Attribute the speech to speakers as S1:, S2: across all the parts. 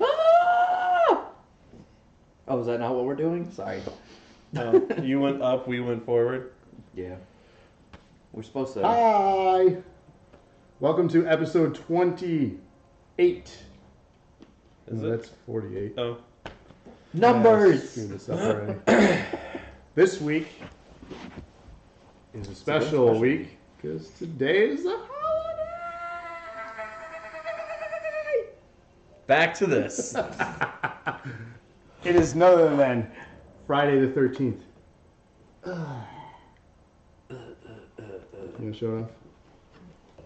S1: Ah! Oh, is that not what we're doing? Sorry.
S2: No, Uh, you went up, we went forward.
S1: Yeah. We're supposed to.
S3: Ah, Hi. Welcome to episode 28.
S2: Is
S3: No,
S2: it?
S3: That's 48.
S2: Oh,
S3: Yeah, I
S1: Numbers!
S3: screwed this up already. this week is a special,
S1: special
S3: week because today is a holiday.
S2: back to this.
S3: It is none other than Friday the 13th. you gonna show it off?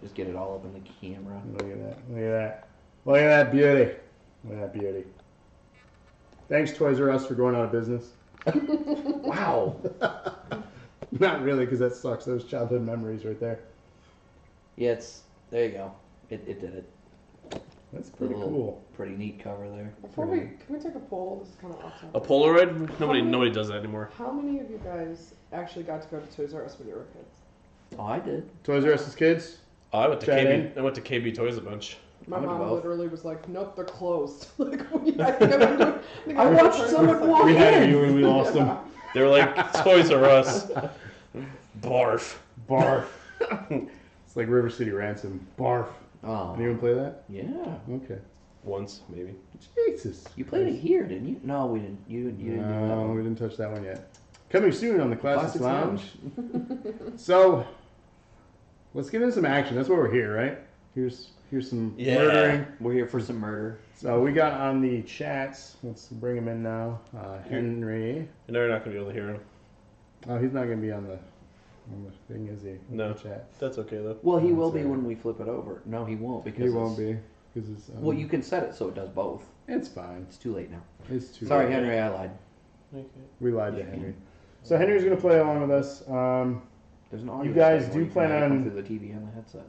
S1: Just get it all up in the camera.
S3: Look at that. Look at that. Look at that beauty. Look at that beauty. Thanks, Toys R Us, for going out of business.
S1: Wow.
S3: Not really, because that sucks. Those childhood memories right there.
S1: yeah, it's. There you go. It, it did it.
S3: That's pretty
S1: Pretty
S3: cool.
S1: Pretty neat cover there.
S4: Before we can we take a poll? This is kind of off
S2: A
S4: topic.
S2: Polaroid? Nobody, nobody does that anymore.
S4: How many of you guys actually got to go to Toys R Us when you were kids?
S1: Oh, I did.
S3: Toys R Us's kids.
S2: I went to
S3: Chad
S2: KB. I went to KB Toys a bunch.
S4: My
S1: I went to
S4: mom
S1: both.
S4: literally was like, "Nope, they're closed." like, we, I, think I, went to- I, think
S1: I
S4: went to
S1: watched
S4: Toys R Us,
S1: someone
S4: like,
S1: walk
S3: We had
S1: in.
S3: you and we lost them.
S2: They were like Toys R Us. Barf.
S3: Barf. it's like River City Ransom. Barf.
S1: Oh.
S3: Anyone play that?
S1: Yeah.
S3: Okay.
S2: once maybe.
S3: Jesus.
S1: You played it here, didn't you? No, we didn't. You didn't. You didn't do that.
S3: No,
S1: One.
S3: we didn't touch that one yet. Coming soon on the Classics,
S1: Classics
S3: Lounge. so, let's get into some action. That's why we're here, right? Here's here's some
S2: Yeah.
S3: murdering.
S1: We're here for some murder.
S3: So we got on the chats. Let's bring him in now. Uh, Henry.
S2: And they're not gonna be able to hear him.
S3: Oh, he's not gonna be on the, on the thing, is he? On
S2: No.
S3: The chat.
S2: That's okay though.
S1: Well, he
S3: That's
S1: will be
S3: all right.
S1: when we flip it over. No, he won't because
S3: He won't
S1: it's-
S3: be because it's. Um,
S1: Well, you can set it so it does both.
S3: It's fine.
S1: It's too late now.
S3: It's too.
S1: Sorry,
S3: late.
S1: Henry, I lied.
S2: Okay.
S3: We lied to Henry. So Henry's gonna play along with us. Um,
S1: There's an audio.
S3: You guys
S1: setting where
S3: do
S1: can
S3: plan
S1: only come
S3: on-
S1: through the TV and the headset.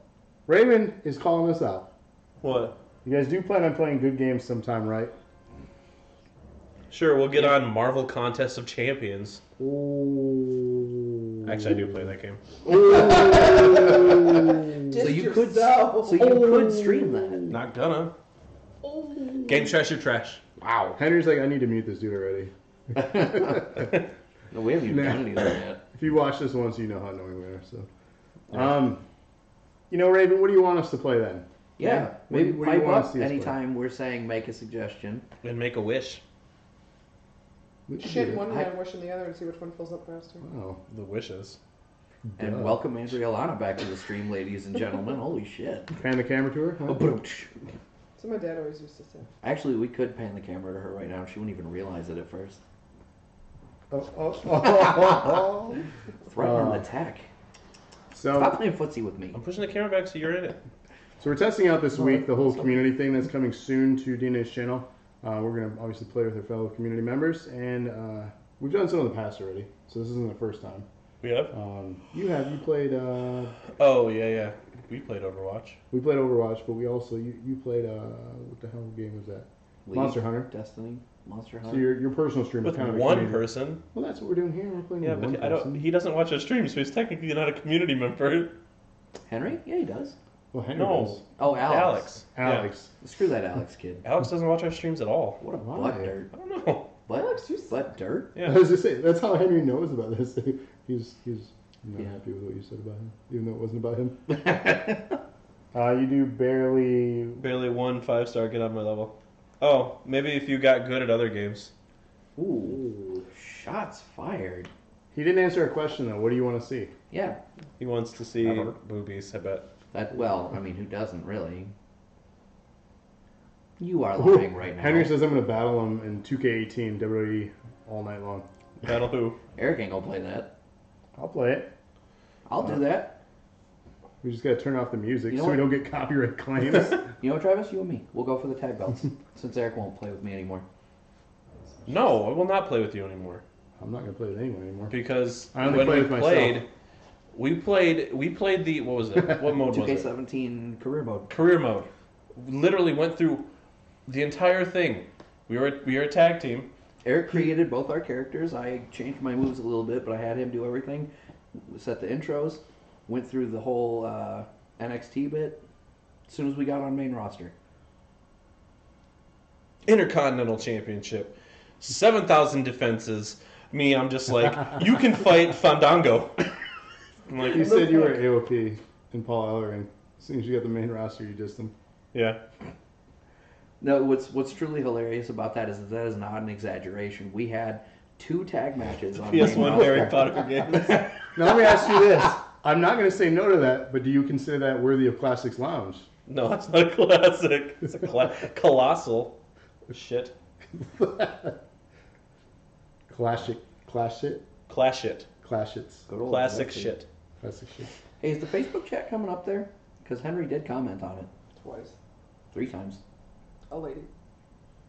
S3: Raymond is calling us out.
S2: What?
S3: You guys do plan on playing good games sometime, right?
S2: Sure, we'll get on Marvel Contest of Champions.
S3: Ooh.
S2: Actually, I do play that game.
S1: So
S4: Just
S1: you could.
S4: yourself.
S1: So you
S3: Oh.
S1: could stream that.
S2: Not gonna.
S4: Oh.
S2: Game trash or trash.
S1: Wow.
S3: Henry's like, I need to mute this dude already.
S1: No, we haven't even
S3: Nah.
S1: done anything yet.
S3: If you watch this once, you know how annoying we are. So, um, you know, Raven, what do you want us to play then?
S1: Yeah,
S3: Yeah. What do
S1: maybe
S3: you- what do you
S1: pipe
S3: wanna
S1: up
S3: see us play?
S1: anytime we're saying make a suggestion.
S2: And make a wish.
S3: We
S4: You
S3: should
S4: should
S3: do Oh,
S4: one
S1: I-
S4: man wish in the other and see which one fills up faster.
S3: that. Wow.
S2: The wishes.
S1: And
S3: Duh.
S1: welcome Andriolana back to the stream, ladies and gentlemen. Holy shit.
S3: Pan the camera to her.
S1: Oh,
S3: huh?
S4: So my dad always used to say.
S1: Actually, we could pan the camera to her right now. She wouldn't even realize it at first.
S3: Oh, oh, oh.
S1: Threaten
S3: Uh,
S1: an attack. Stop
S3: so,
S1: playing footsie with me.
S2: I'm pushing the camera back so you're in it.
S3: so we're testing out this week the whole community thing that's coming soon to Dina's channel. Uh, we're gonna obviously play with our fellow community members, and uh, we've done some in the past already, so this isn't the first time.
S2: Yeah.
S3: Um, you have you played uh,
S2: Oh yeah, yeah. We played Overwatch.
S3: we played Overwatch, but we also you, you played uh, what the hell game was that?
S1: League,
S3: Monster Hunter.
S1: Destiny. Monster
S3: So
S1: Hunter.
S3: your your personal stream is
S2: With
S3: kind of a
S2: one
S3: community-
S2: person.
S3: Well, that's what we're doing here. We're playing
S2: Yeah,
S3: with one
S2: but I don't.
S3: person.
S2: He doesn't watch our stream, so he's technically not a community member.
S1: Henry? Yeah, he does.
S3: Well, Henry
S2: No.
S3: does.
S1: Oh, Alex.
S2: Alex.
S3: Alex.
S1: Screw that Alex kid.
S2: Yeah. Alex doesn't watch our streams at all.
S1: What a
S3: Why?
S1: butt dirt.
S2: I don't know.
S1: Butt,
S4: Alex, you suck.
S1: butt dirt?
S2: Yeah.
S3: I was just saying that's how Henry knows about this. he's he's not
S1: Yeah.
S3: happy with what you said about him, even though it wasn't about him. Uh, you do barely.
S2: Barely one five star get on my level. Oh, maybe if you got good at other games.
S1: Ooh. Shots fired.
S3: He didn't answer a question though. What do you want to see?
S1: Yeah.
S2: He wants to see
S1: Ever.
S2: boobies, I bet.
S1: That well, I mean who doesn't really? You are
S3: Ooh,
S1: lying right now.
S3: Henry says I'm going to battle him in 2K18 WWE E all night long.
S2: Battle who?
S1: Eric ain't gonna play that.
S3: I'll play it.
S1: I'll
S3: Uh.
S1: do that.
S3: We just got to turn off the music
S1: You know
S3: so we
S1: what?
S3: don't get copyright claims.
S1: You know what, Travis? You and me. We'll go for the tag belts. since Eric won't play with me anymore.
S2: No, I will not play with you anymore.
S3: I'm not going to play with anyone anymore.
S2: Because
S3: I only
S2: when
S3: play
S2: we
S3: with myself.
S2: played, we played, we played the what was it? What mode was it?
S1: 2K17 career mode.
S2: Career mode. Literally went through the entire thing. We were we were a tag team.
S1: Eric created both our characters. I changed my moves a little bit, but I had him do everything. Set the intros, went through the whole uh, NXT bit as soon as we got on main roster.
S2: Intercontinental Championship, seven thousand defenses. Me, I'm just like, you can fight Fandango. I'm
S3: You
S2: like,
S3: said you were AOP and Paul Ellering. As soon as you got the main roster, you dissed him.
S2: yeah.
S1: No, what's what's truly hilarious about that is that, that is not an exaggeration. We had two tag matches on main
S2: PS1
S1: roster.
S2: Harry Potter games.
S3: Now let me ask you this: I'm not going to say no to that, but do you consider that worthy of Classics Lounge?
S2: No, that's not a classic. It's a cla- colossal. Shit.
S3: Classic, clash it,
S2: Clash it.
S3: clash it's,
S1: Good old
S2: Classic
S1: Dusty.
S2: shit.
S3: classic shit.
S1: Hey, is the Facebook chat coming up there? Because Henry did comment on it
S4: Twice.
S1: three times.
S4: A lady.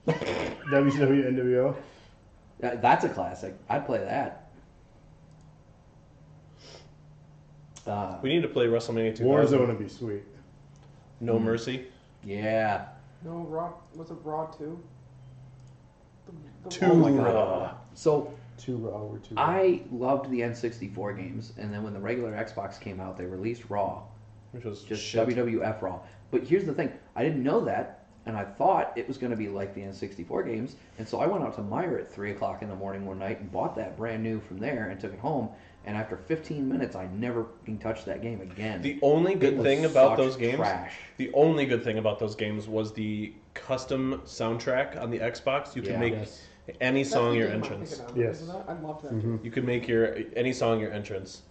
S3: WCW NWO.
S1: That, that's a classic. I'd play that. Uh,
S2: We need to play WrestleMania 2000.
S3: Warzone would be sweet.
S2: No mercy.
S1: yeah.
S4: No, Raw. Was it Raw 2? The, the
S2: Two
S4: Raw-
S1: Mm. Oh my God.
S2: Raw.
S1: So
S3: Two Raw or two.
S1: I loved the N64 games, and then when the regular Xbox came out, they released Raw,
S2: Which was
S1: just
S2: shit.
S1: WWF Raw. But here's the thing I didn't know that, and I thought it was going to be like the N64 games, and so I went out to Meijer at 3 o'clock in the morning one night and bought that brand new from there and took it home, and after 15 minutes, I never fucking touched that game again.
S2: The only
S1: It
S2: good
S1: was
S2: thing about
S1: such
S2: those games,
S1: Trash.
S2: the only good thing about those games was the custom soundtrack on the Xbox. You can
S1: Yeah.
S2: make
S3: Yes.
S2: any
S4: That's
S2: song
S4: the
S2: your
S4: game I'm
S2: entrance.
S4: thinking of,
S3: Yes.
S4: isn't it? I loved that.
S3: Mhm.
S4: game.
S2: You can make your any song your entrance.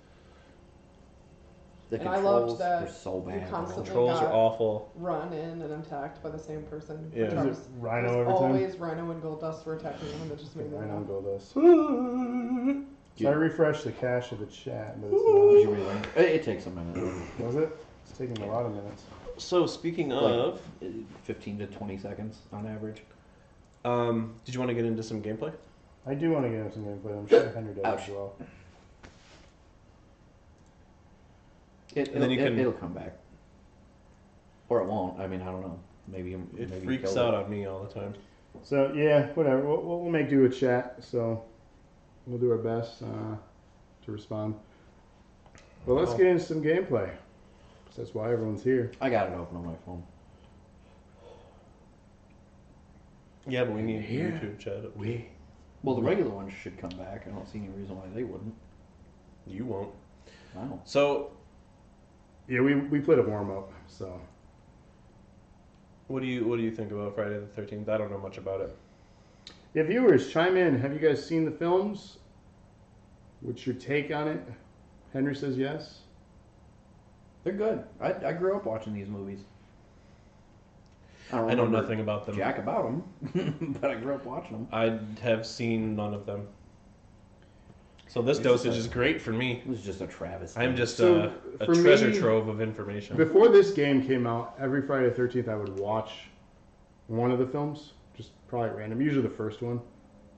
S1: The
S4: And I
S1: controls
S4: loved that
S1: were so
S4: you
S1: bad.
S4: constantly-
S2: Controls
S4: God.
S2: are awful.
S4: Run in and attacked by the same person.
S2: Yeah.
S4: Which
S2: Is
S4: I
S3: Is it
S4: was-
S3: Rhino
S4: was
S3: every time?
S4: always Rhino and Gold Dust were attacking him, and that just made me
S3: Rhino
S4: laugh.
S3: and Goldust.
S2: Well,
S3: So I refreshed the cache of the chat, but
S1: Did
S3: it's
S1: you really- it, it takes a minute,
S3: not. Was it? It's taking a lot of minutes.
S2: so speaking
S1: Like-
S2: of,
S1: fifteen to twenty seconds on average.
S2: um, did you want to get into some gameplay?
S3: I do want to get him some gameplay. I'm sure Henry does
S1: Ouch.
S3: as well.
S1: It,
S2: And
S1: it'll-
S2: then you
S1: it,
S2: can-
S1: it'll come back, or it won't. I mean, I don't know. Maybe
S2: It
S1: maybe
S2: freaks
S1: killed
S2: out on me all the time.
S3: So yeah, whatever. We'll, we'll we'll make do with chat. So we'll do our best uh, to respond. But let's
S2: Oh.
S3: get into some gameplay. 'Cause That's why everyone's here.
S1: I got it open on my phone.
S2: Yeah, but we need
S1: Yeah.
S2: YouTube chat.
S1: We. Well,
S2: Hmm.
S1: the regular ones should come back. I don't see any reason why they wouldn't.
S2: You won't.
S1: I don't.
S2: So,
S3: Yeah, we, we played a warm up. So
S2: what do you what do you think about Friday the Thirteenth? I don't know much about it.
S3: yeah, viewers, chime in. Have you guys seen the films? What's your take on it? Henry says yes.
S1: They're good. I, I grew up watching these movies. don't
S2: I know
S1: remember
S2: nothing about them.
S1: jack about them, but I grew up watching them.
S2: I have seen none of them. So this
S1: It's
S2: dosage
S1: just-
S2: is great for me.
S1: It was just a travesty.
S2: I'm just
S3: So,
S2: uh, a,
S3: for
S2: treasure
S3: me-
S2: trove of information.
S3: Before this game came out, every Friday the 13th, I would watch one of the films, just probably at random, usually the first one.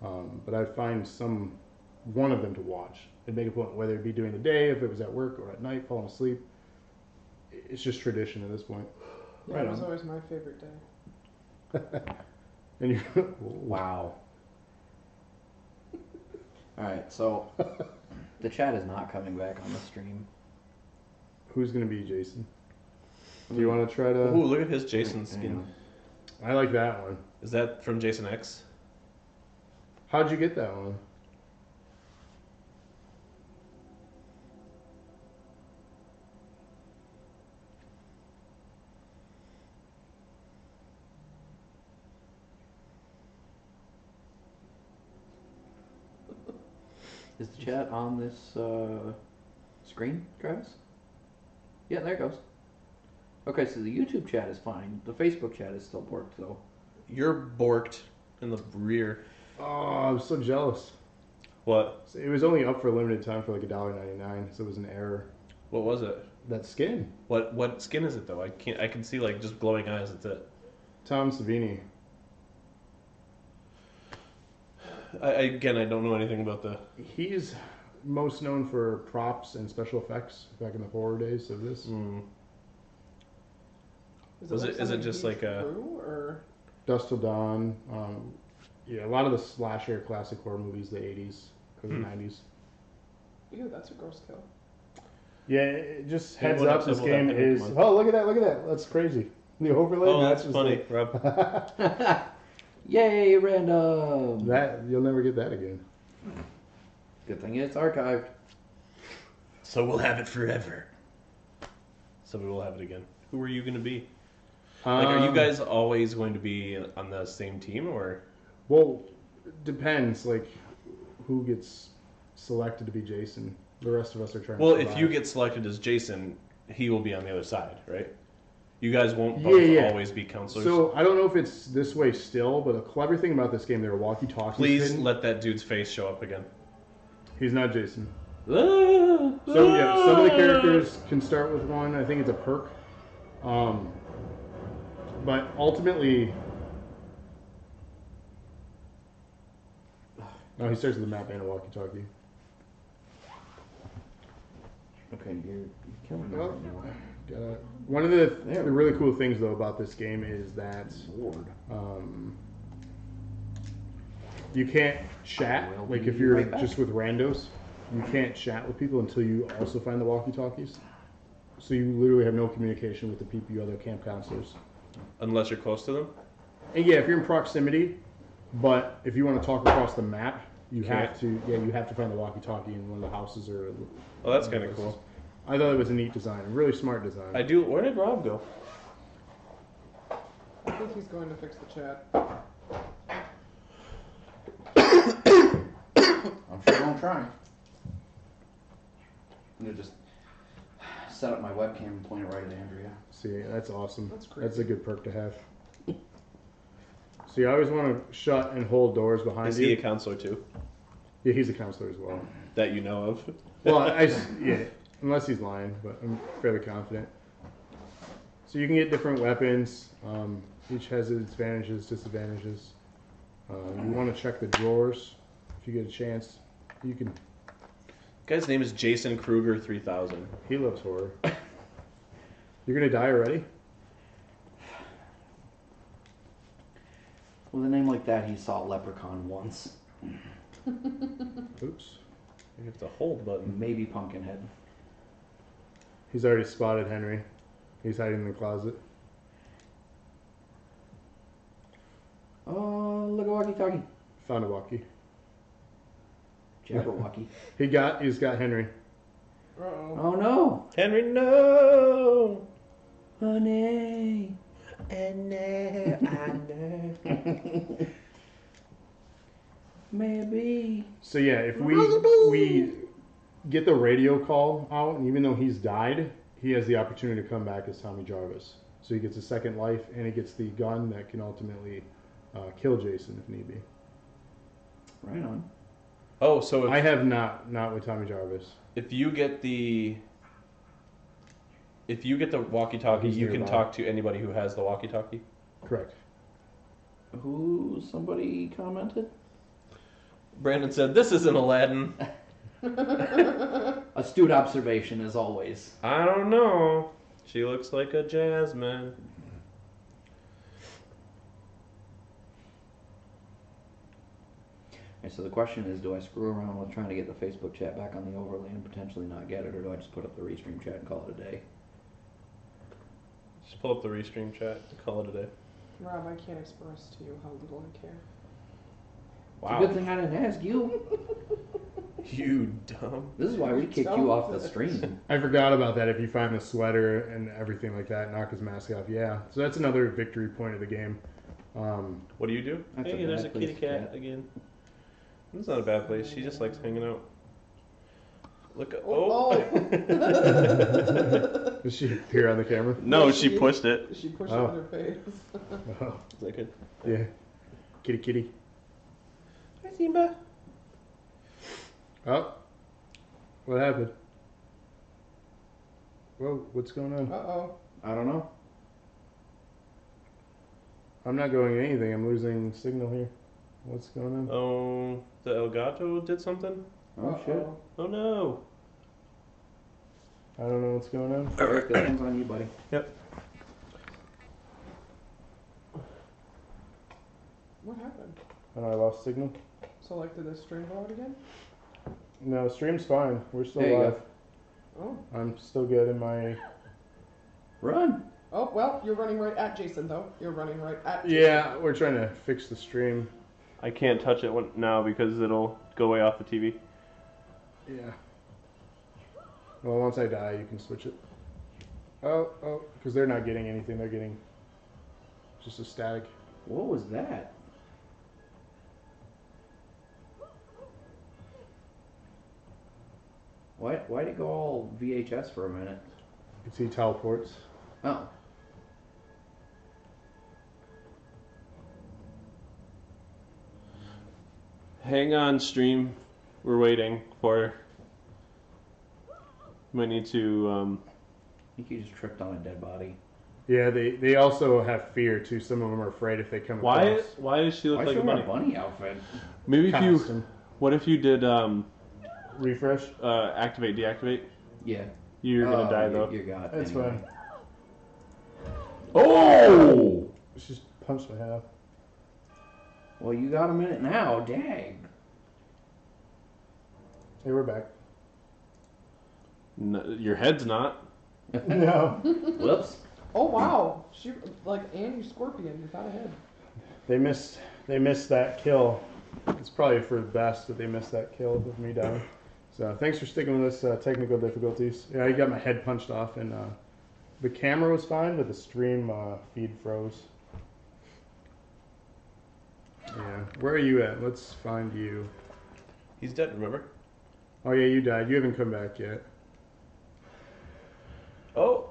S3: Um, but I'd find some one of them to watch and make a point, whether it be during the day, if it was at work or at night, falling asleep. It's just tradition at this point.
S4: Yeah,
S1: Right
S4: it was
S1: on.
S4: always my favorite day.
S3: And you,
S1: Wow. All right, so the chat is not coming back on the stream.
S3: who's going to be Jason? Do you want to try to?
S2: Ooh, look at his Jason
S1: Hang
S2: skin.
S1: on.
S3: I like that one.
S2: Is that from Jason X?
S3: How'd you get that one?
S1: Is the chat on this uh, screen, Travis? Yeah, there it goes. Okay, so the YouTube chat is fine. The Facebook chat is still worked though.
S2: You're borked in the rear.
S3: Oh, I'm so jealous.
S2: What?
S3: So it was only up for a limited time for like a dollar ninety nine, so it was an error.
S2: What was it?
S3: That skin.
S2: What what skin is it though? I can't. I can see like just glowing eyes. That's it.
S3: Tom Savini.
S2: I, I- again, I don't know anything about the.
S3: He's most known for props and special effects back in the horror days of this.
S2: Mm, Was
S4: like
S2: it- is it
S4: something
S2: just
S4: he
S2: like a-
S4: drew, or
S3: Dust Till Dawn. Um, yeah, a lot of the slasher classic horror movies, the 80s or the
S2: Hmm.
S3: 90s.
S4: ew, that's a gross kill.
S3: Yeah, it- just
S2: Hey,
S3: heads
S2: what
S3: up,
S2: up,
S3: this
S2: double that
S3: game
S2: every
S3: is.
S2: month.
S3: Oh, look at that! Look at that! That's crazy. The overlay.
S2: oh, that's
S3: just
S2: funny,
S3: like-
S2: Rob.
S1: Yay, random!
S3: that you'll never get that again.
S1: Good thing it's archived.
S2: So we'll have it forever. So we will have it again. Who are you going to be? Like, are you
S3: Um,
S2: guys always going to be on the same team, or
S3: Well, it depends. Like, who gets selected to be Jason? The rest of us are trying.
S2: well,
S3: to
S2: if you
S3: survive.
S2: get selected as Jason, he will be on the other side, right? You guys won't
S3: Yeah,
S2: both
S3: yeah.
S2: always be counselors.
S3: So I don't know if it's this way still, but a clever thing about this game, there are walkie talkies.
S2: Please let that dude's face show up again.
S3: He's not Jason.
S2: Ah,
S1: So
S3: So yeah, some of the characters can start with one. I think it's a perk. Um, but ultimately, no, he starts with a map and a walkie-talkie.
S1: Okay, you're, you're killing me
S3: Oh.
S1: right now.
S3: Gotta- One of the,
S1: There.
S3: the really cool things though about this game is that
S1: Lord.
S3: um, you can't chat
S1: I will
S3: like
S1: be
S3: if you're
S1: right back.
S3: just with randos you can't chat with people until you also find the walkie talkies so you literally have no communication with the people your other camp counselors
S2: Unless you're close to them.
S3: and yeah if you're in proximity but if you want to talk across the map you have to yeah you have to find the walkie talkie in one of the houses or
S2: Oh, that's kind of cool.
S3: i thought it was a neat design really smart design
S2: I do. Where did Rob go?
S4: I think he's going to fix the chat.
S1: I'm sure I'm trying. I'm gonna just set up my webcam and point it right at Andrea.
S3: See, that's awesome.
S4: That's great.
S3: That's a good perk to have. See, I always want to shut and hold doors behind
S2: Is
S3: you.
S2: he a counselor too?
S3: yeah, he's a counselor as well.
S2: That you know of?
S3: Well, I, s- yeah, unless he's lying, but I'm fairly confident. So you can get different weapons. Um, each has its advantages, disadvantages. Uh, you want to check the drawers if you get a chance. You can.
S2: Guy's name is Jason Kruger three thousand.
S3: He loves horror. You're gonna die already.
S1: With a name like that, he saw Leprechaun once,
S3: Oops.
S2: You have to hold button.
S1: maybe Pumpkinhead.
S3: He's already spotted Henry. He's hiding in the closet.
S1: Oh, look at Walkie Talkie.
S3: Found a walkie.
S1: Jabberwocky.
S3: He got. He's got Henry.
S4: Uh oh.
S1: oh no!
S2: Henry, no.
S1: Honey!
S2: And now I know.
S1: Maybe.
S3: So yeah, if we we get the radio call out, and even though he's died, he has the opportunity to come back as Tommy Jarvis. So he gets a second life, and he gets the gun that can ultimately uh, kill Jason if need be.
S1: Right on.
S2: Oh, so
S3: I
S2: if,
S3: have not not with Tommy Jarvis.
S2: if you get the if you get the walkie-talkie,
S3: He's
S2: you can
S3: nearby.
S2: talk to anybody who has the walkie-talkie.
S3: Correct.
S1: Who? Somebody commented?
S2: Brandon said, "This isn't Aladdin."
S1: Astute observation, as always.
S2: I don't know. She looks like a jasmine.
S1: And so the question is, do I screw around with trying to get the Facebook chat back on the overlay and potentially not get it, or do I just put up the restream chat and call it a day?
S2: Just pull up the restream chat. and Call it a day.
S4: Rob, I can't express to you how little I care.
S1: It's a good thing I didn't ask you.
S2: You dumb.
S1: This is why we kicked you off the stream.
S3: I forgot about that. If you find the sweater and everything like that, knock his mask off. Yeah. So that's another victory point of the game. Um,
S2: What do you do?
S1: That's a
S2: hey, there's a
S1: bad place
S2: kitty
S1: to
S2: cat
S1: cat.
S2: again. It's not a bad place. She just likes hanging out. Look. at-
S4: Oh,
S2: Oh.
S3: does she appear on the camera?
S2: no, Oh. she pushed it.
S4: She pushed
S3: Oh.
S4: it in her face.
S3: Oh,
S2: Is that good?
S3: yeah. Kitty, kitty.
S2: Hi, Simba.
S3: Oh, what happened? Whoa, what's going on?
S4: Uh oh.
S1: I don't know.
S3: I'm not going anything. I'm losing signal here. What's going on?
S2: Oh, the Elgato did something.
S1: Oh shit.
S2: Oh no.
S3: I don't know what's going on.
S1: Eric, this one's on you, buddy.
S4: What happened?
S3: Oh, I lost signal.
S4: So, like, did the stream go out again?
S3: No, stream's fine. We're still
S1: There you go.
S3: live.
S4: Oh.
S3: I'm still good in my.
S1: Run.
S4: Oh, well, you're running right at Jason, though. You're running right at Jason.
S3: Yeah, we're trying to fix the stream.
S2: I can't touch it when- now because it'll go way off the TV.
S3: Yeah. Well, once I die, you can switch it. Oh, oh, because they're not getting anything. They're getting just a static.
S1: What was that? Why? Why'd it go all VHS for a minute?
S3: You can see teleports.
S1: Oh.
S2: Hang on, stream. We're waiting for. Might need to. Um,
S1: I think you just tripped on a dead body.
S3: Yeah, they, they also have fear too. Some of them are afraid if they come
S2: why?
S3: across.
S2: Why does she look
S1: Why
S2: like
S1: should
S2: a
S1: we wear
S2: bunny?
S1: a bunny outfit?
S2: Maybe if you.
S3: Constant.
S2: What if you did um,
S3: refresh?
S2: uh, activate, deactivate?
S1: Yeah.
S2: You're gonna
S1: Oh,
S2: die
S1: you-
S2: though.
S1: You got.
S3: That's
S1: anyway.
S3: fine.
S2: Oh!
S3: She's punched my head off.
S1: Well, you got a minute now. Dang.
S3: Hey, we're back.
S2: No, your head's not.
S3: no,
S1: Whoops.
S4: Oh, wow. She, like, Andy Scorpion without a head.
S3: they missed. They missed that kill. It's probably for the best that they missed that kill with me down. So thanks for sticking with us. Uh, technical difficulties. Yeah, I got my head punched off, and uh, the camera was fine, but the stream uh, feed froze. Yeah. Where are you at? Let's find you.
S2: He's dead, remember?
S3: Oh yeah, you died. You haven't come back yet.
S2: Oh,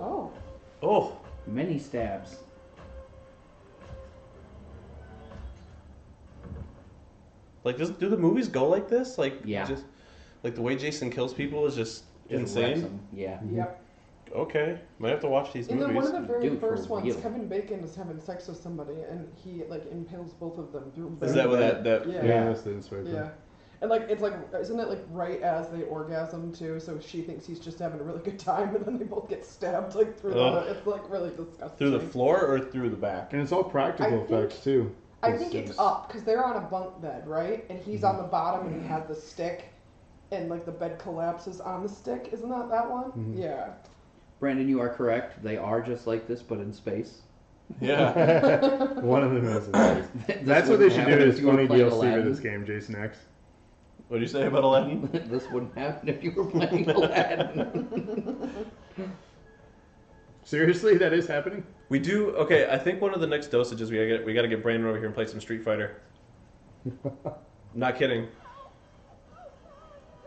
S4: Oh,
S2: oh.
S1: Many stabs.
S2: Like, does, do the movies go like this? Like,
S1: Yeah.
S2: Just, like the way Jason kills people is just,
S1: Just wrecks
S2: insane.
S1: 'em. Yeah.
S4: yep.
S2: Okay, might have to watch these
S4: And then one
S2: movies.
S4: of the
S1: Dude,
S4: very
S1: for
S4: first ones,
S1: real.
S4: Kevin Bacon is having sex with somebody, and he like impales both of them through.
S2: Is
S4: both
S2: that
S4: of
S2: what
S4: them.
S2: that that?
S4: Yeah.
S3: Yeah, that's the inspired.
S4: Yeah. And like it's like isn't it like right as they orgasm too? So she thinks he's just having a really good time, and then they both get stabbed like through
S2: Ugh.
S4: the. It's like really disgusting.
S2: Through the floor or through the back?
S3: And it's all practical
S4: I think-
S3: effects too.
S4: I think
S3: is-
S4: it's up because they're on a bunk bed, right? And he's
S2: Mm-hmm.
S4: on the bottom and he has the stick, and like the bed collapses on the stick. Isn't that that one?
S2: Mm-hmm.
S3: Mhm.
S4: Yeah.
S1: Brandon, you are correct. They are just like this, but in space.
S2: Yeah.
S3: One of them has. An
S1: This
S3: that's what they
S1: wouldn't
S3: should do
S1: happen if
S3: is
S1: you were
S3: funny
S1: playing
S3: DLC
S1: Aladdin.
S3: to this game, Jason X.
S2: what do you say about Aladdin?
S1: this wouldn't happen if you were playing Aladdin.
S3: Seriously, that is happening.
S2: We do. Okay, I think one of the next dosages we gotta get. We gotta get Brandon over here and play some Street Fighter. Not kidding.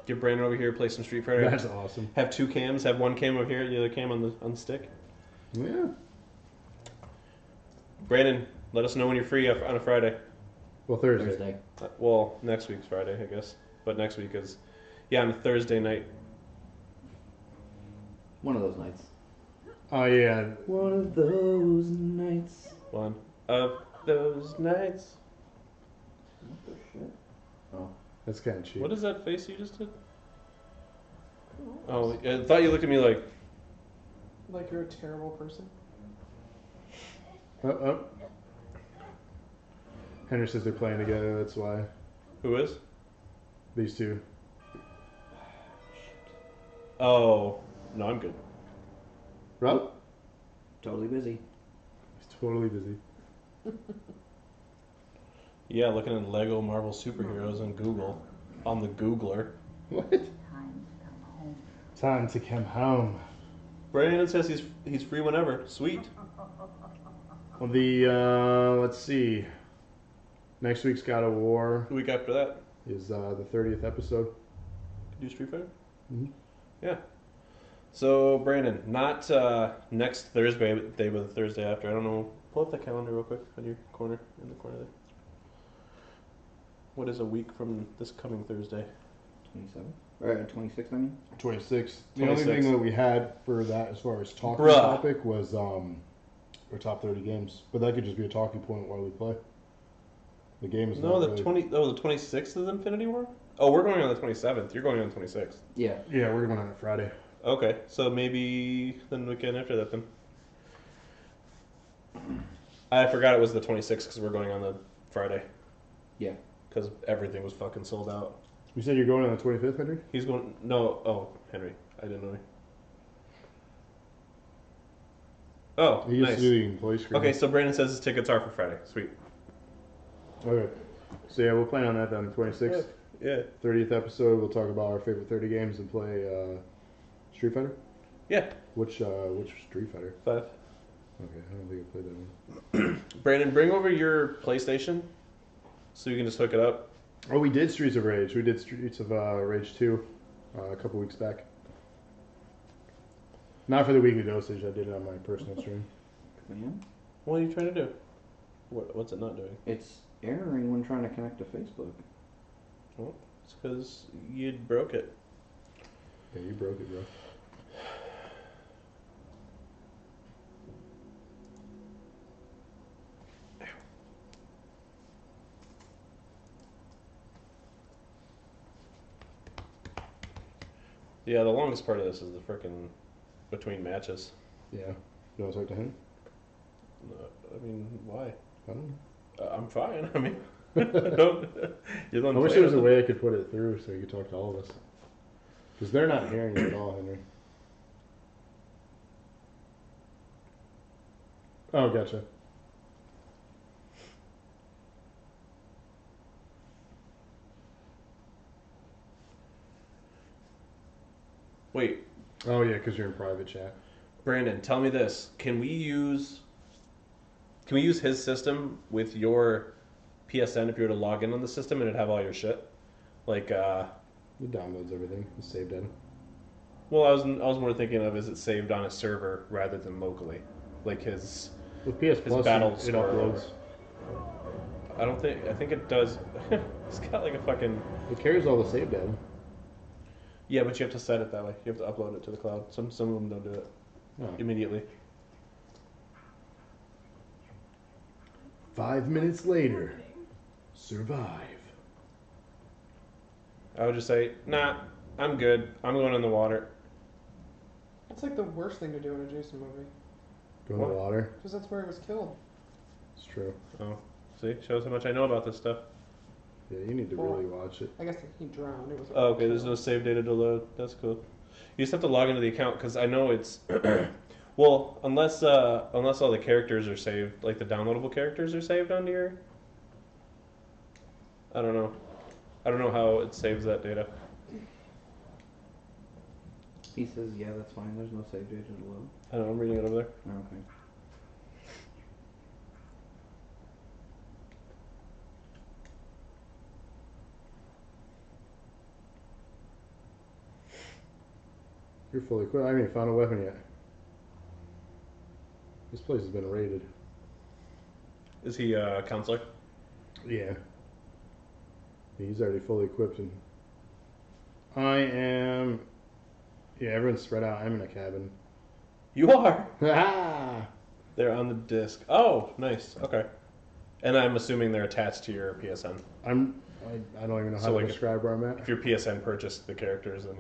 S2: Get Brandon over here, play some Street Fighter.
S3: That's awesome.
S2: Have two cams. Have one cam over here, the other cam on the on the stick.
S3: Yeah.
S2: Brandon, let us know when you're free on a Friday.
S3: Well, Thursday.
S1: Thursday.
S2: Uh, Well, next week's Friday, I guess. But next week is, yeah, on a Thursday night.
S1: One of those nights.
S3: Oh yeah.
S1: One of those nights.
S2: One of those nights.
S3: That's kind of cheap.
S2: What is that face you just did? Oh, I thought you looked at me like,
S4: Like you're a terrible person.
S3: Uh, oh. Henry says they're playing together. That's why
S2: who is?
S3: these two.
S2: Oh, no, I'm good.
S3: Rob.
S1: Totally busy.
S3: He's totally busy.
S2: Yeah, looking at Lego Marvel superheroes on Google, on the Googler.
S3: What? Time to come home.
S2: Brandon says he's he's free whenever. Sweet.
S3: Well, the uh, let's see. Next week's God of War
S2: The week after that,
S3: is uh, the thirtieth episode.
S2: do Street Fighter.
S3: Mhm.
S2: Yeah. So Brandon, not uh, next Thursday, but the Thursday after. I don't know. Pull up the calendar real quick on your corner in the corner there. What is a week from this coming Thursday?
S1: 27? Or 26, I mean?
S3: Twenty sixth. The only
S2: 26th.
S3: thing that we had for that, as far as talking
S2: Bruh.
S3: topic, was um, our top thirty games. But that could just be a talking point while we play. The game is
S2: No,
S3: not
S2: the
S3: really-
S2: twenty. Oh, the twenty sixth is Infinity War. Oh, we're going on the twenty seventh. You're going on the twenty sixth.
S1: Yeah.
S3: Yeah, we're going on it Friday.
S2: Okay, so maybe the weekend after that then. I forgot it was the 26th because we're going on the Friday.
S1: Yeah.
S2: Because everything was fucking sold out.
S3: You said you're going on the twenty fifth, Henry.
S2: He's going. No. Oh, Henry. I didn't know. Oh,
S3: He used
S2: nice.
S3: to do the employee screen.
S2: Okay, so Brandon says his tickets are for Friday. Sweet.
S3: Okay. So yeah, we'll plan on that then. the Twenty sixth,
S2: Yeah.
S3: thirtieth episode. We'll talk about our favorite thirty games and play uh, Street Fighter.
S2: Yeah.
S3: Which uh, which Street Fighter?
S2: Five.
S3: Okay, I don't think I played that one.
S2: Brandon, bring over your PlayStation so you can just hook it up.
S3: Oh, we did Streets of Rage. We did Streets of uh, Rage 2 uh, a couple weeks back. Not for the weekly dosage. I did it on my personal stream.
S1: Man,
S2: What are you trying to do? What, what's it not doing?
S1: it's erroring when trying to connect to Facebook.
S2: It's because you broke it.
S3: Yeah, you broke it, bro.
S2: Yeah, the longest part of this is the frickin' between matches.
S3: Yeah. You want to talk to him?
S2: No, I mean, why?
S3: I don't know.
S2: Uh, I'm fine. I mean, don't. You don't.
S3: I wish
S2: play
S3: there was
S2: it.
S3: a way I could put it through so you could talk to all of us. Because they're not hearing you at all, Henry. Oh, gotcha.
S2: Wait,
S3: Oh, yeah, because you're in private chat.
S2: Brandon, tell me this. Can we use Can we use his system with your PSN if you were to log in on the system and it'd have all your shit? Like, uh,
S3: It downloads everything. It's saved in.
S2: well, I was I was more thinking of is it saved on a server rather than locally, like his.
S3: With PS Plus,
S2: battle
S3: it, it
S2: score
S3: uploads.
S2: I don't think I think it does. it's got like a fucking
S3: It carries all the save data.
S2: yeah, but you have to set it that way. You have to upload it to the cloud. Some some of them don't do it
S3: Oh.
S2: immediately.
S3: Five minutes later, survive.
S2: I would just say, nah, I'm good. I'm going in the water.
S4: It's like the worst thing to do in a Jason movie,
S3: Go in the
S2: What?
S3: water.
S4: because that's where he was killed.
S3: It's true.
S2: Oh, see, shows how much I know about this stuff.
S3: Yeah, you need to
S4: Well-
S3: really watch it.
S4: I guess he drowned. It was.
S2: Oh, okay, there's no save data to load. That's cool. You just have to log into the account because I know it's. well, unless uh, unless all the characters are saved, like the downloadable characters are saved onto your. I don't know. I don't know how it saves that data.
S1: He says, yeah, that's fine. There's no save data to load.
S2: I don't know. I'm reading it over there.
S1: Okay.
S3: You're fully equipped. I haven't even found a weapon yet. This place has been raided.
S2: Is he uh, a counselor?
S3: Yeah. He's already fully equipped and I am yeah, everyone's spread out. I'm in a cabin.
S2: You are.
S3: Ah!
S2: They're on the disk. Oh, nice. Okay. And I'm assuming they're attached to your PSN.
S3: I'm I, I don't even know how
S2: So,
S3: to
S2: like, if-
S3: describe where I'm
S2: If
S3: at.
S2: your PSN purchased the characters, then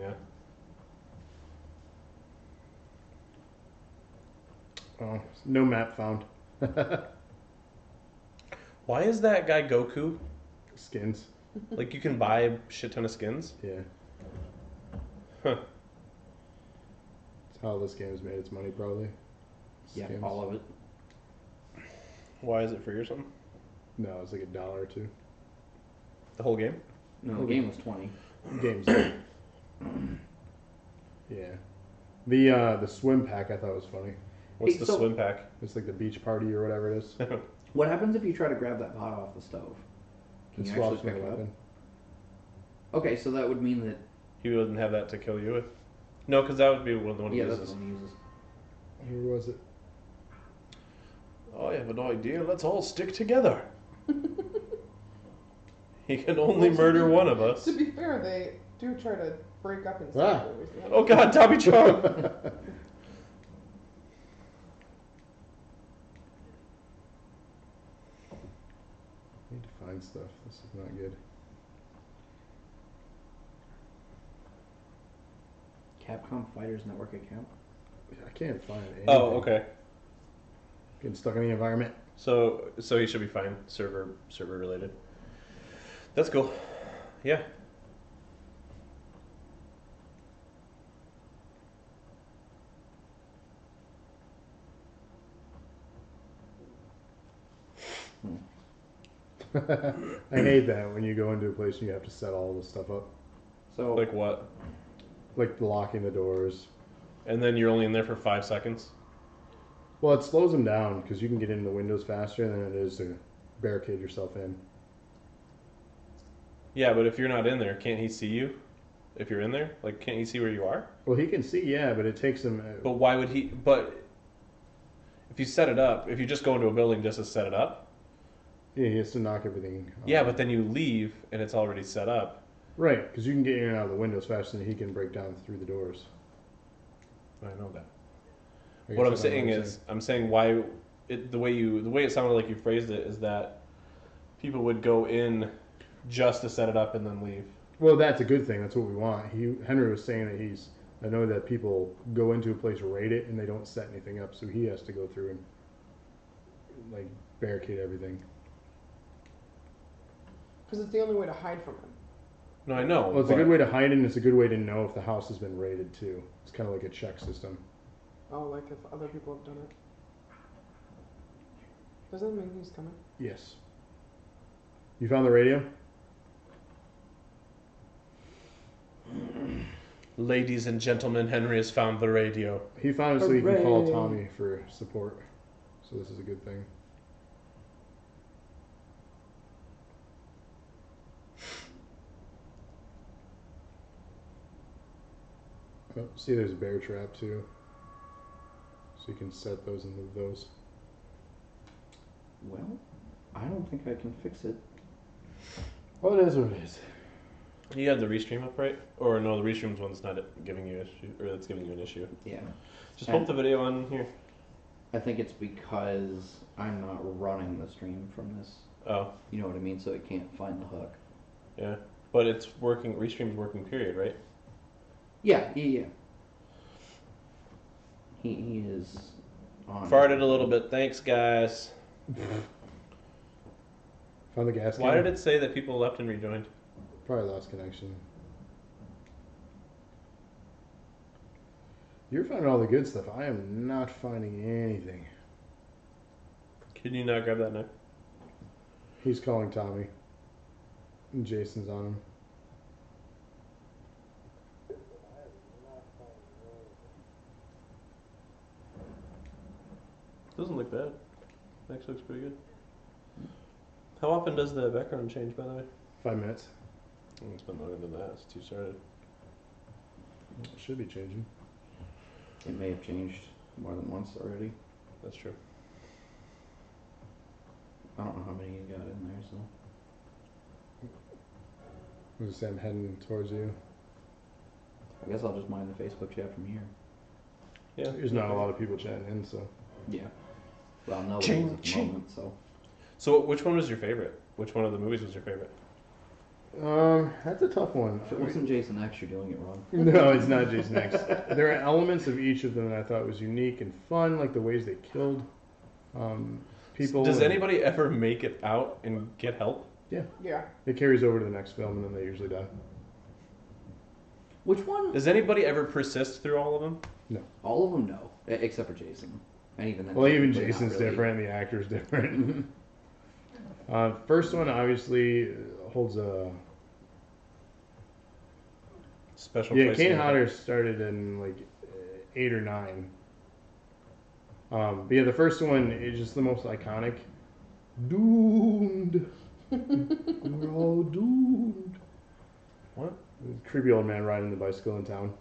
S2: yeah.
S3: Oh, no map found.
S2: Why is that guy Goku?
S3: Skins.
S2: Like you can buy a shit ton of skins.
S3: Yeah.
S2: Huh.
S3: That's how this game's made its money probably.
S1: Yeah,
S3: Skins.
S1: all of it.
S2: Why is it free or something?
S3: No, it's like a dollar or two.
S2: The whole game?
S1: No, the
S3: Okay.
S1: game was 20.
S3: games. though. yeah, the uh, the swim pack I thought was funny.
S2: What's
S1: Hey,
S2: the
S1: so-
S2: swim pack?
S3: It's like the beach party or whatever it is.
S1: What happens if you try to grab that pot off the stove? Can
S3: It
S1: you actually
S3: swaps my
S1: pick it up?
S3: weapon.
S1: Okay, so that would mean that
S2: He wouldn't have that to kill you with. No, because that would be one of the one he
S1: yeah, that's
S2: uses.
S1: what he uses.
S3: Where was it?
S2: I have an idea. Let's all stick together. he can only murder one of us.
S4: To be fair, they do try to break up in some
S3: Ah.
S4: movies. you know?
S2: Oh God, Tommy Chong.
S3: Need to find stuff. This is not good.
S1: Capcom Fighters Network account.
S3: Yeah, I can't find anything.
S2: oh, okay.
S3: Getting stuck in the environment.
S2: So so he should be fine. Server server related. That's cool. Yeah.
S3: I hate that when you go into a place and you have to set all this stuff up,
S1: So
S2: Like what?
S3: like locking the doors.
S2: And then you're only in there for five seconds.
S3: Well, it slows them down because you can get into the windows faster than it is to barricade yourself in.
S2: Yeah, but if you're not in there, can't he see you? If you're in there, like, can't he see where you are?
S3: Well, he can see, yeah, but it takes him. uh,
S2: But why would he? But if you set it up, if you just go into a building just to set it up,
S3: Yeah, he has to knock everything. off.
S2: yeah. But then you leave and it's already set up.
S3: right, because you can get in and out of the windows faster than he can break down through the doors.
S2: I know that.
S3: I
S2: What I'm
S3: guess I don't
S2: saying
S3: know
S2: is, I'm saying why it, the way you the way it sounded like you phrased it is that people would go in just to set it up and then leave.
S3: Well, that's a good thing. That's what we want. He Henry was saying that he's. I know that people go into a place raid it and they don't set anything up, so he has to go through and like barricade everything.
S4: Because it's the only way to hide from him.
S2: No, I know.
S3: Well, it's a
S2: but-
S3: good way to hide it, and it's a good way to know if the house has been raided too. It's kind of like a check system.
S4: Oh, like if other people have done it. Does that mean he's coming?
S3: Yes. You found the radio?
S2: Ladies and gentlemen, Henry has found the radio.
S3: He found it so he can call
S4: Hooray.
S3: Tommy for support. So this is a good thing. Yep. Oh, See, there's bear trap too. So you can set those and move those.
S1: Well, I don't think I can fix it.
S3: Well, it is what it is.
S2: You have the restream up, right? Or no, the restreams one's not giving you issue, or that's giving you an issue.
S1: Yeah.
S2: Just pump the video on here.
S1: I think it's because I'm not running the stream from this.
S2: Oh,
S1: You know what I mean? So it can't find the hook.
S2: yeah. But it's working. Restream's working. Period. Right.
S1: Yeah, yeah, yeah. He, he is on.
S2: Farted a little bit. Thanks, guys.
S3: Found the gas.
S2: Why
S3: can.
S2: did it say that people left and rejoined?
S3: Probably lost connection. You're finding all the good stuff. I am not finding anything.
S2: Can you not grab that knife?
S3: He's calling Tommy. And Jason's on him.
S2: Doesn't look bad. Next looks pretty good. How often does the background change, by the way?
S3: Five minutes.
S2: Mm, It's been longer than that since you started.
S3: It should be changing.
S1: It may have changed more than once already.
S2: That's true.
S1: I don't know how many you got in there, so.
S3: I'm just saying I'm heading towards you.
S1: I guess I'll just mind the Facebook chat from here.
S2: Yeah.
S3: There's not a lot of people chatting in, so
S1: Yeah. Well, no,
S2: Ching,
S1: ching, at the
S2: ching.
S1: moment, so.
S2: So, which one was your favorite? Which one of the movies was your favorite?
S3: um, that's a tough one.
S1: If it wasn't Jason X, you're doing it wrong.
S3: No, it's not Jason X. There are elements of each of them that I thought was unique and fun, like the ways they killed um, people.
S2: Does
S3: and
S2: anybody ever make it out and get help?
S4: Yeah.
S3: It carries over to the next film, and then they usually die.
S1: Which one?
S2: Does anybody ever persist through all of them?
S1: All of them, no. E- Except for Jason. And even then.
S3: Well, even
S1: technically not
S3: Jason's
S1: really.
S3: different, and the actor's different. uh, first one obviously holds a
S2: Special.
S3: yeah.
S2: place in
S3: Kane
S2: your-
S3: Hodder started in like uh, eight or nine. Um, but yeah, the first one is just the most iconic. Doomed. We're all doomed.
S2: What?
S3: Creepy old man riding the bicycle in town.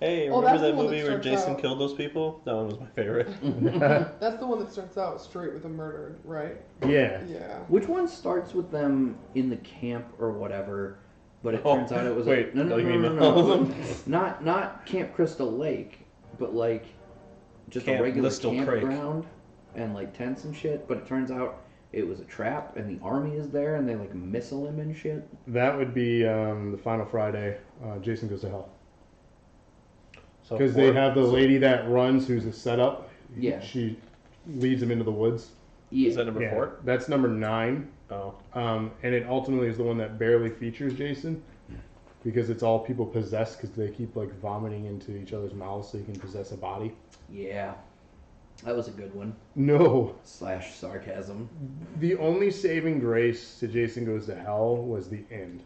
S2: Hey,
S4: Oh,
S2: remember
S4: that's the
S2: that
S4: one that
S2: movie where
S4: starts
S2: Jason
S4: out-
S2: killed those people? That one was my favorite.
S4: That's the one that starts out straight with a murder, right?
S3: Yeah.
S4: Yeah.
S1: Which one starts with them in the camp or whatever, but it
S2: Oh,
S1: turns out it was
S2: wait,
S1: a, no, no,
S2: you
S1: no,
S2: mean
S1: no,
S2: all
S1: no,
S2: of
S1: no. not not Camp Crystal Lake, but like just
S2: Camp
S1: a regular
S2: Listel Creek.
S1: campground and like tents and shit. But it turns out it was a trap, and the army is there, and they like missile him and shit.
S3: That would be um, the final Friday. Uh, Jason goes to hell
S2: So
S3: because
S2: four-
S3: they have the lady that runs, who's a setup.
S1: Yeah.
S3: She leads him into the woods.
S1: Yeah,
S2: Is that number
S3: Yeah,
S2: four?
S3: That's number nine,
S2: Oh,
S3: um, and it ultimately is the one that barely features Jason because it's all people possess because they keep like vomiting into each other's mouths so you can possess a body.
S1: yeah, that was a good one.
S3: No,
S1: Slash sarcasm.
S3: the only saving grace to Jason goes to hell was the end,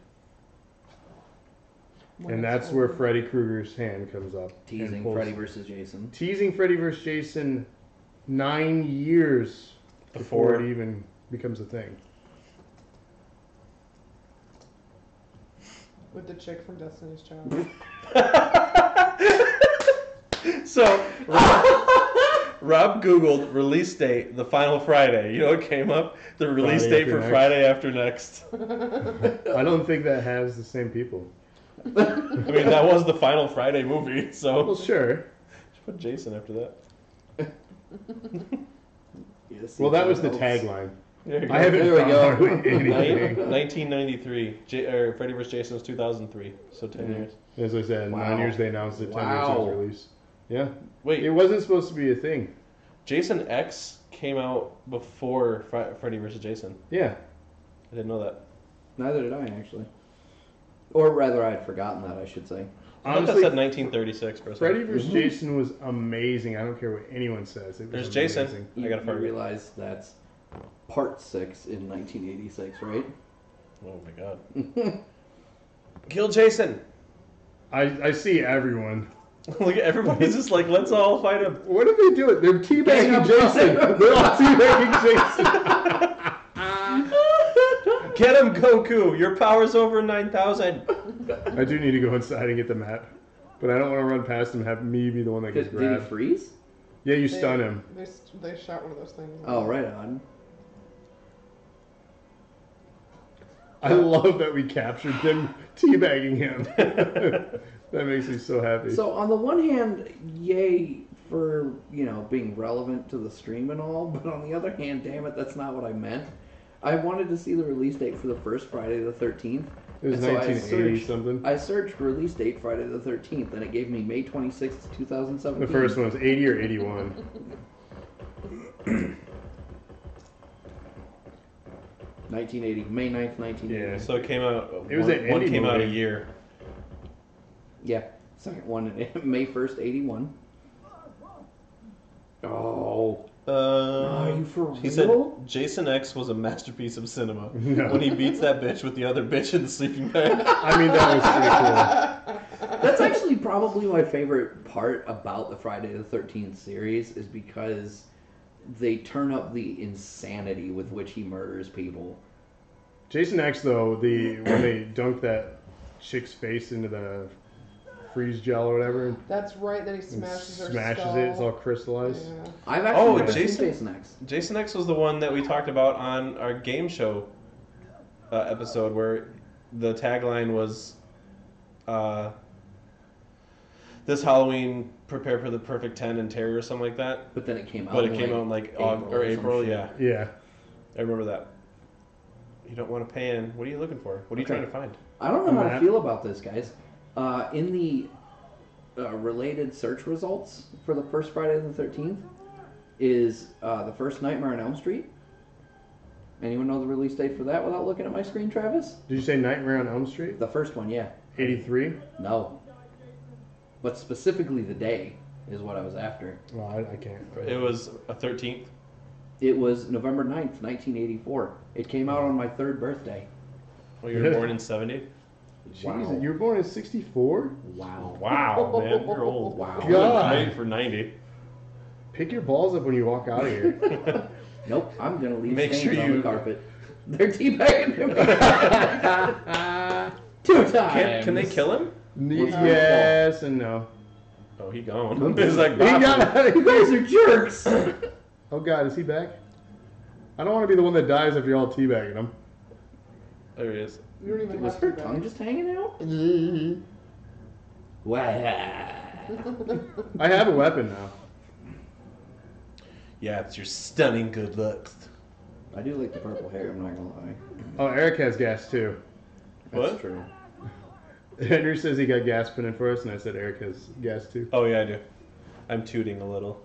S4: When
S3: and
S4: it's
S3: that's where
S4: over.
S3: Freddy Krueger's hand comes up, and
S1: Teasing
S3: pulls-
S1: Freddy versus Jason.
S3: teasing Freddy vs. Jason nine years before,
S2: Before.
S3: it even becomes a thing.
S4: with the chick from Destiny's Child.
S2: So Rob, Rob Googled release date the final Friday. You know what came up? The release date
S3: Friday after
S2: for
S3: next.
S2: Friday after next.
S3: I don't think that has the same people.
S2: I mean, that was the final Friday movie, so
S3: Well, sure.
S2: Just put Jason after that.
S1: Yes,
S3: Well, that was the
S1: helps.
S3: tagline.
S2: There you
S3: I haven't
S1: There we
S3: found
S1: go.
S3: hardly anything.
S2: 1993. J- or Freddy vs. Jason was 2003, so 10
S3: Mm-hmm.
S1: Mhm.
S2: years.
S3: As I said,
S1: Wow.
S3: nine years they announced it, ten years
S1: Wow.
S3: it was released. Yeah,
S2: Wait,
S3: it wasn't supposed to be a thing.
S2: Jason X came out before Fre- Freddy vs. Jason.
S3: Yeah,
S2: I didn't know that.
S1: Neither did I actually. Or rather, I had forgotten that I should say.
S2: I thought that
S3: honestly,
S2: said 1936 for a second.
S3: Freddy vs. Jason was amazing. I don't care what anyone says. It was
S2: There's Jason.
S3: amazing.
S2: I
S1: You,
S2: got a
S1: you
S2: fart.
S1: realize that's part six in 1986, right?
S2: Oh my god. Kill Jason!
S3: I, I see everyone.
S2: Look, everybody's just like, let's all fight him.
S3: What are they doing? They're teabagging
S1: Gang
S3: Jason. They're all teabagging Jason.
S2: Get him, Goku! Your power's over 9,000.
S3: I do need to go inside and get the map. But I don't want to run past him and have me be the one that gets
S1: Did, did he
S3: grabbed.
S1: freeze?
S3: Yeah, you
S4: They-
S3: stun him.
S4: They, s- they shot one of those things.
S1: Oh, right on.
S3: I love that we captured him teabagging him. that makes me so happy.
S1: So on the one hand, yay for you know being relevant to the stream and all, but on the other hand, damn it, that's not what I meant. I wanted to see the release date for the first Friday the thirteenth.
S3: it was
S1: and so I
S3: 1980
S1: searched-
S3: something.
S1: I searched release date Friday the thirteenth, and it gave me May twenty sixth, two thousand
S3: the
S1: seventeen.
S3: first one was 80 or 81.
S1: nineteen eighty, May 9th, nineteen eighty.
S3: Yeah.
S2: So it came out. uh,
S3: It was
S2: one,
S3: an
S2: one
S3: indie
S2: came out a
S3: movie.
S2: year.
S1: Yeah. Second one, May first, eighty one. Oh,
S2: Um,
S1: are you for
S2: he
S1: real?
S2: said Jason X was a masterpiece of cinema
S3: No.
S2: when he beats that bitch with the other bitch in the sleeping bag.
S3: I mean, that was pretty cool.
S1: That's actually probably my favorite part about the Friday the 13th series is because they turn up the insanity with which he murders people.
S3: Jason X though, the when they dunked that chick's face into the freeze gel or whatever and
S4: That's right. That he smashes her
S3: smashes
S4: skull.
S3: it, it's all crystallized.
S4: Yeah.
S1: I've actually
S2: Oh,
S1: never seen
S2: Jason-
S1: Jason X.
S2: Jason X was the one that we talked about on our game show uh, episode where the tagline was uh, this Halloween prepare for the perfect 10 and terror or something like that.
S1: But then it came out.
S2: But
S1: in,
S2: it came out in like Aug
S1: April
S2: or
S1: or some
S2: April,
S1: shit.
S2: yeah.
S3: Yeah.
S2: I remember that. You don't want to pan. What are you looking for? What are you
S1: Okay.
S2: trying to find?
S1: I don't know how to
S3: Matt.
S1: feel about this, guys. Uh, in the uh, related search results for the first Friday the 13th is uh, the first Nightmare on Elm Street. Anyone know the release date for that without looking at my screen, Travis?
S3: Did you say Nightmare on Elm Street?
S1: The first one, yeah.
S3: 83?
S1: No. But specifically the day is what I was after.
S3: Well, I, I can't.
S2: It was a 13th.
S1: It was November 9th, 1984. It came out on my third birthday.
S2: Well, you were born in 70.
S3: Jeez,
S1: Wow.
S3: you were born in 64?
S1: Wow.
S2: Wow, man. You're old.
S1: Wow.
S2: You look
S3: God.
S2: great for 90.
S3: Pick your balls up when you walk out of here.
S1: Nope, I'm going to leave
S2: Make
S1: stains
S2: sure
S1: on the
S2: you-
S1: carpet. They're teabagging him. Two times.
S2: Can, can they kill him?
S3: Ne-
S1: What's wrong with
S3: yes and no.
S2: Oh, he gone. it's like,
S3: He
S2: Bob.
S3: got out of
S1: You
S3: here.
S1: guys are jerks.
S3: Oh, God, is he back? I don't want to be the one that dies if you're all teabagging him.
S2: there he is.
S4: You don't even
S1: was
S4: have
S1: her
S4: to
S1: tongue just hanging out? Wow.
S3: I have a weapon now.
S2: Yeah, it's your stunning good looks.
S1: I do like the purple hair, I'm not going to lie.
S3: Oh, Eric has gas too.
S1: That's
S2: What?
S1: true.
S3: Henry says he got gas put in for us, and I said Eric has gas too.
S2: Oh yeah, I do. I'm tooting a little.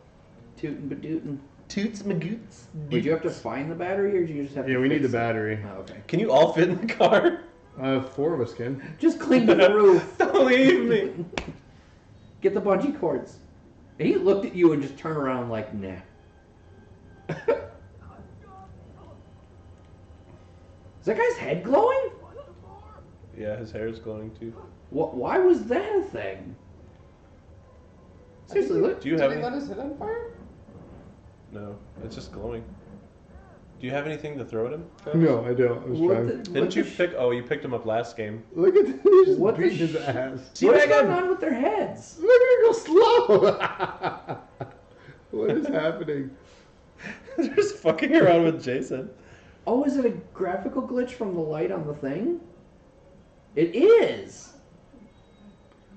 S1: Tootin' badootin'.
S2: Toots magoots.
S1: Did you have to find the battery, or do you just have
S3: Yeah,
S1: to
S3: we need the
S1: fix it?
S3: battery.
S1: Oh, okay.
S2: Can you all fit in the car?
S3: Uh, four of us can.
S1: Just clean the roof.
S2: Don't leave me.
S1: Get the bungee cords. And he looked at you and just turned around like, nah. Is that guy's head glowing?
S2: Yeah, his hair is glowing too.
S1: What? Why was that a thing? Seriously, look.
S2: Do you
S4: Did
S2: have
S4: he let
S2: any?
S4: his head on fire?
S2: No, it's just glowing. Do you have anything to throw at him? Travis?
S3: No, I don't. I was
S1: What
S3: trying.
S1: the, what
S2: Didn't you
S1: the sh-
S2: pick? Oh, you picked him up last game.
S3: Look at this. He just
S1: What the
S3: beat
S1: sh-
S3: his ass.
S1: What's
S2: Teabag
S1: going
S2: him.
S1: on with their heads?
S3: Look at her go slow. what is happening?
S2: Just fucking around with Jason.
S1: Oh, is it a graphical glitch from the light on the thing? It is.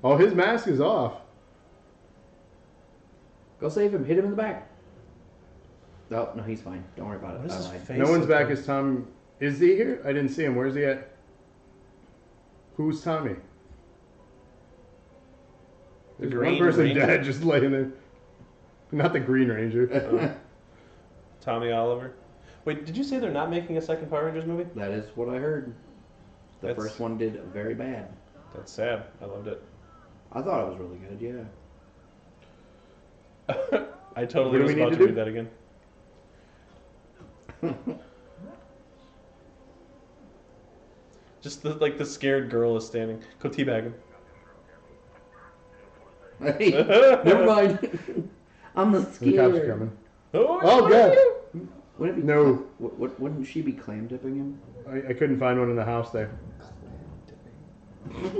S3: Oh, his mask is off.
S1: Go save him. Hit him in the back. Oh, No, no, he's fine. Don't worry about it.
S2: What is
S1: I
S2: his
S1: lied.
S2: face?
S3: no one's
S2: look
S3: back.
S2: like?
S3: Is Tom? Is he here? I didn't see him. Where's he at? Who's Tommy?
S2: The
S3: There's
S2: Green
S3: one person
S2: Ranger.
S3: dead, just laying there. Not the Green Ranger. Uh,
S2: Tommy Oliver. Wait, did you say they're not making a second Power Rangers movie?
S1: That is what I heard. The
S2: That's-
S1: first one did very bad.
S2: That's sad. I loved it.
S1: I thought it was really good, yeah.
S2: I
S3: What
S2: totally
S3: do
S2: was
S3: we need
S2: about
S3: to
S2: to,
S3: do?
S2: read that again. Just the, like the scared girl is standing. Go teabag him.
S1: Hey, never mind. I'm the
S3: the
S1: scared.
S3: cops are coming.
S2: Oh,
S3: Oh, God.
S1: Wouldn't it be
S3: No.
S1: What, what, wouldn't she be clam dipping him?
S3: I, I couldn't find one in the house there.
S1: Don't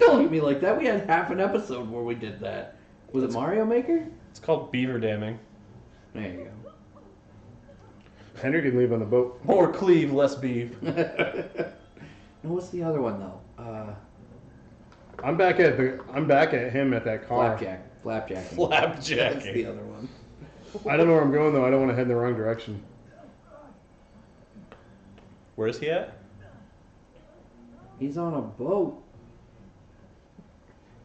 S1: look at me like that. We had half an episode where we did that. Was it Mario Maker?
S2: It's called beaver damming.
S1: There you
S3: Henry can leave on the boat.
S2: More cleave, less beef.
S1: go. and what's the other one though? Uh,
S3: I'm back at the. I'm back at him at that car.
S1: flapjack. Flapjack. That's the
S2: Flapjacking.
S1: other one.
S3: I don't know where I'm going though. I don't want to head in the wrong direction.
S2: Where's he at?
S1: He's on a boat.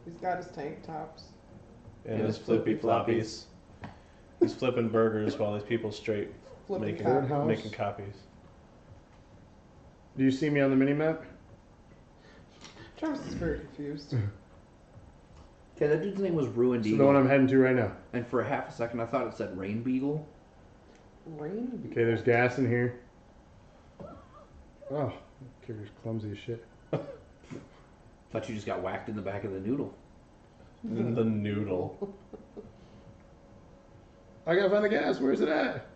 S4: He's got his tank tops.
S2: And his flippy floppies. He's flipping burgers while these people straight
S4: Flipping
S2: making
S3: Third
S4: cock.
S3: house.
S2: making copies.
S3: Do you see me on the mini map?
S4: Travis is very confused.
S1: Okay, that dude's name was Ruined
S3: So
S1: Eagle.
S3: the one I'm heading to right now.
S1: and for half a second, I thought it said Rain Beagle.
S4: Rain.
S3: Okay, there's gas in here. Oh, carrier's clumsy as shit.
S1: Thought you just got whacked in the back of the noodle.
S2: the noodle.
S3: I gotta find the gas. Where's it at?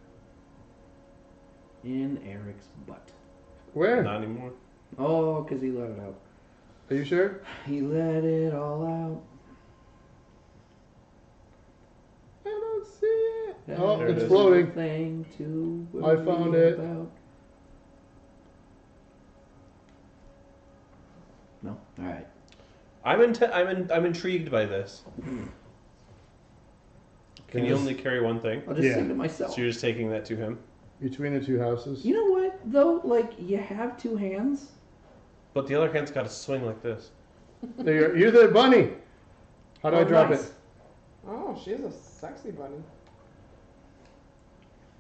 S1: In Eric's butt.
S3: Where?
S2: Not anymore.
S1: Oh, 'cause he let it out.
S3: Are you sure?
S1: He let it all out.
S3: I don't see it. Oh,
S2: There it
S3: it's
S2: is.
S3: floating.
S1: Thing to
S3: I found
S1: worry
S3: it.
S1: about. No? Alright.
S2: I'm in I'm in I'm intrigued by this. Can you
S3: Yes.
S2: only carry one thing?
S1: I'll just
S3: Yeah.
S1: sing to myself.
S2: So you're just taking that to him.
S3: Between the two houses.
S1: You know what, though? Like, you have two hands.
S2: But the other hand's got to swing like this.
S3: There you are. You're the bunny. How do I
S1: Oh,
S3: drop
S1: nice.
S3: it?
S4: Oh, she's a sexy bunny.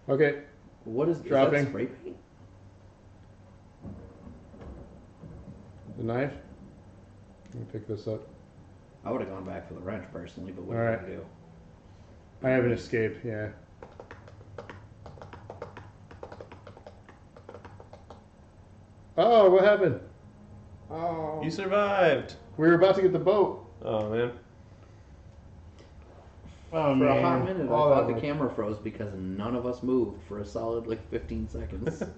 S3: Okay.
S1: What is, is that
S3: Dropping.
S1: spray paint?
S3: The knife. Let me pick this up.
S1: I would have gone back for the wrench personally, but what
S3: Alright.
S1: are you going to do?
S3: I haven't escaped. Yeah. Oh, what happened?
S4: Oh.
S2: You survived.
S3: We were about to get the boat.
S2: Oh man.
S3: Oh,
S1: For a hot minute, I thought the camera froze because none of us moved for a solid like 15 seconds.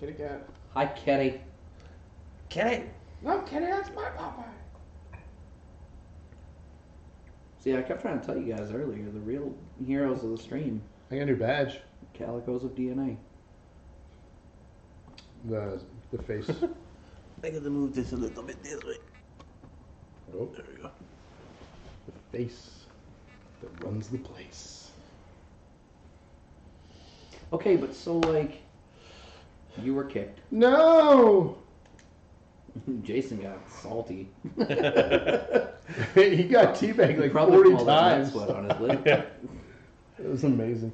S4: Get it, get it.
S1: Hi, Kitty.
S2: Okay.
S4: No, Kenny, that's my papa.
S1: See, I kept trying to tell you guys earlier the real heroes of the stream,
S3: I got a new badge.
S1: Calicos of DNA.
S3: The the face.
S2: I gotta move this a little bit this way.
S3: oh,
S2: There we go.
S3: the face that runs the place.
S1: Okay, but so like, you were kicked.
S3: No.
S1: Jason got salty.
S3: he got teabagged like
S1: Probably
S3: forty
S1: from all that
S3: times.
S1: Sweat on his lip.
S2: Yeah.
S3: It was amazing.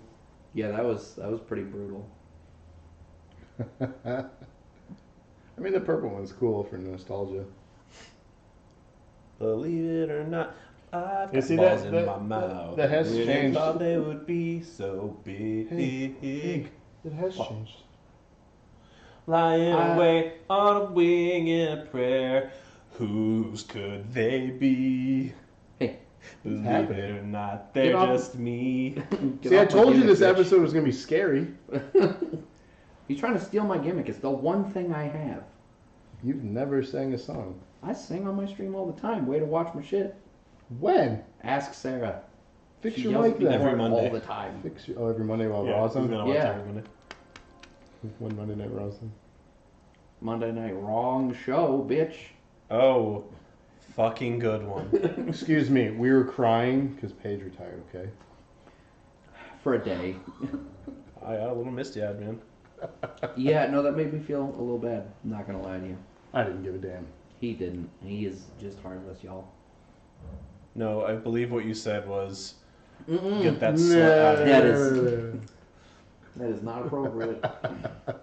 S1: Yeah, that was that was pretty brutal.
S3: I mean, the purple one's cool for nostalgia.
S2: Believe it or not, I've
S3: You
S2: got
S3: see
S2: balls
S3: that-
S2: in
S3: that-
S2: my mouth.
S3: that has
S2: Didn't
S3: changed.
S2: Thought they would be so big.
S3: Hey, It has changed.
S2: Lying
S1: I-
S2: away on a wing in a prayer. Whose could they be?
S1: Hey.
S2: Believe
S3: happening?
S2: it or not, they're
S1: off-
S2: just me.
S1: Get
S3: See, I
S1: off my
S3: told you
S1: gimmick,
S3: this
S1: bitch.
S3: episode was gonna be scary.
S1: You're trying to steal my gimmick. It's the one thing I have.
S3: You've never sang a song.
S1: I sing on my stream all the time. Way to watch my shit.
S3: When?
S1: Ask Sarah.
S3: Fix
S1: she
S3: your
S1: yells
S3: mic
S1: at me
S3: then.
S2: Every
S1: for it all
S2: Monday.
S1: the time.
S3: Fix your. Oh, every Monday while
S2: Yeah,
S3: Raw's
S2: who's
S3: on.
S2: gonna watch
S1: Yeah.
S2: everybody?
S3: One Monday night Raw's on.
S1: Monday night, wrong show, bitch.
S2: Oh, fucking good one.
S3: Excuse me. We were crying because Paige retired. Okay.
S1: For a day.
S2: I got a little misty eyed, man.
S1: yeah, no, that made me feel a little bad. Not gonna lie to you.
S3: I didn't give a damn.
S1: He didn't. He is just heartless, y'all.
S2: No, I believe what you said was
S1: Mm-mm.
S2: Mm-hmm. get that slut out of
S1: Yeah,
S2: here.
S1: it is. That is not appropriate. I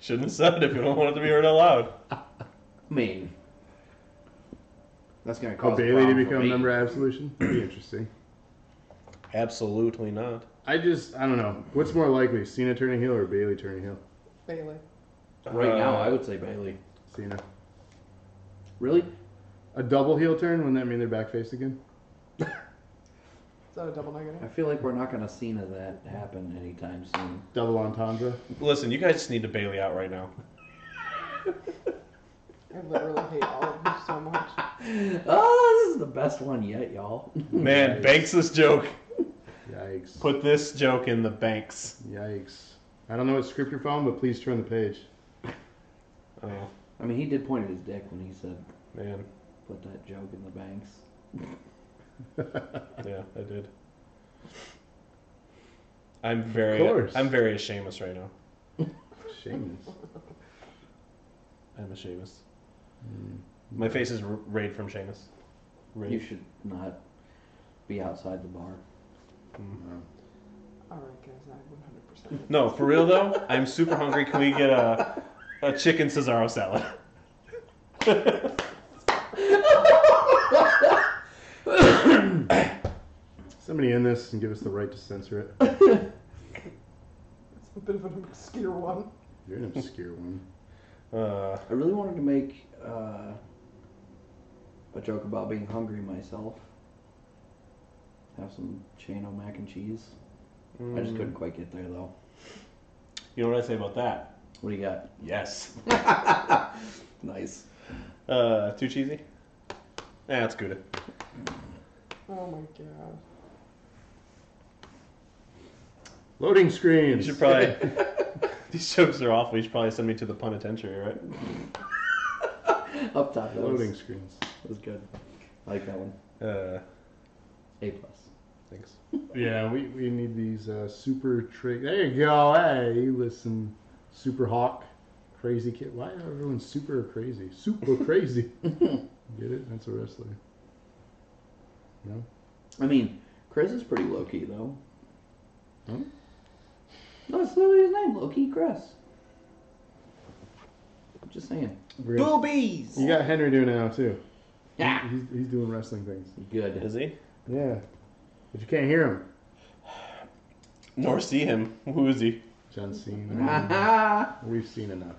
S2: Shouldn't have said it if you don't want it to be heard out loud.
S1: mean, that's gonna cause
S3: Oh,
S1: a
S3: Bailey to
S1: problem for
S3: become a
S1: me.
S3: member of Absolution. Be interesting.
S2: Absolutely not.
S3: I just, I don't know. What's more likely, Cena turning heel or Bailey turning heel?
S4: Bailey.
S1: Right now,
S2: Uh,
S1: I would say Bailey.
S3: Cena.
S1: Really?
S3: A double heel turn? Wouldn't that mean they're back face again?
S4: Is that a double negative?
S1: I feel like we're not going to see none of that happen anytime soon.
S3: Double entendre.
S2: Listen, you guys just need to bail you out right now.
S4: I literally hate all of you so much.
S1: Oh, this is the best one yet, y'all.
S2: Man,
S3: Nice.
S2: banks this joke.
S3: Yikes.
S2: Put this joke in the banks.
S3: Yikes. I don't know what script you're following, but please turn the page.
S2: Oh
S1: I mean, he did point at his dick when he said,
S2: man,
S1: "Put that joke in the banks."
S2: yeah, I did. I'm very,
S3: course.
S2: I'm very shameless right now.
S3: Shameless.
S2: I'm a shameless. My face is r- raid from Seamus. Raid.
S1: Mm. You should not be outside the bar.
S4: All right, guys, I 100%.
S2: Mm. No, for real though, I'm super hungry. Can we get a a chicken Cesaro salad?
S3: Somebody in this and give us the right to censor it.
S4: It's a bit of an obscure one.
S3: You're an obscure one.
S2: Uh,
S1: I really wanted to make uh, a joke about being hungry myself. Have some Chano mac and cheese. I just
S2: mm,
S1: couldn't quite get there though.
S2: You know what I say about that?
S1: What do you got?
S2: Yes.
S1: Nice.
S2: Uh, too cheesy. Nah, it's good.
S4: Oh my god.
S3: Loading
S2: You
S3: screens.
S2: should probably. these jokes are awful. You should probably send me to the penitentiary, right?
S1: Up top. That was,
S3: Loading screens.
S1: that was good. I like that one.
S2: Uh,
S1: A plus.
S2: thanks.
S3: Yeah, we, we need these uh, super trick. There you go. Hey, listen. Super Hawk. Crazy kid. Why are everyone super crazy? Super crazy. Get it? That's a wrestler. No?
S1: I mean, Chris is pretty low key though.
S3: Hmm?
S1: No, it's literally his name, low key Chris. I'm just saying.
S3: We're gonna-
S2: Boobies.
S3: You got Henry doing it now, too.
S1: Yeah.
S3: He's, he's doing wrestling things.
S1: Good.
S2: Is he?
S3: Yeah. But you can't hear him.
S2: Nor see him. Who is he?
S3: John Cena.
S1: Ah,
S3: We've seen enough.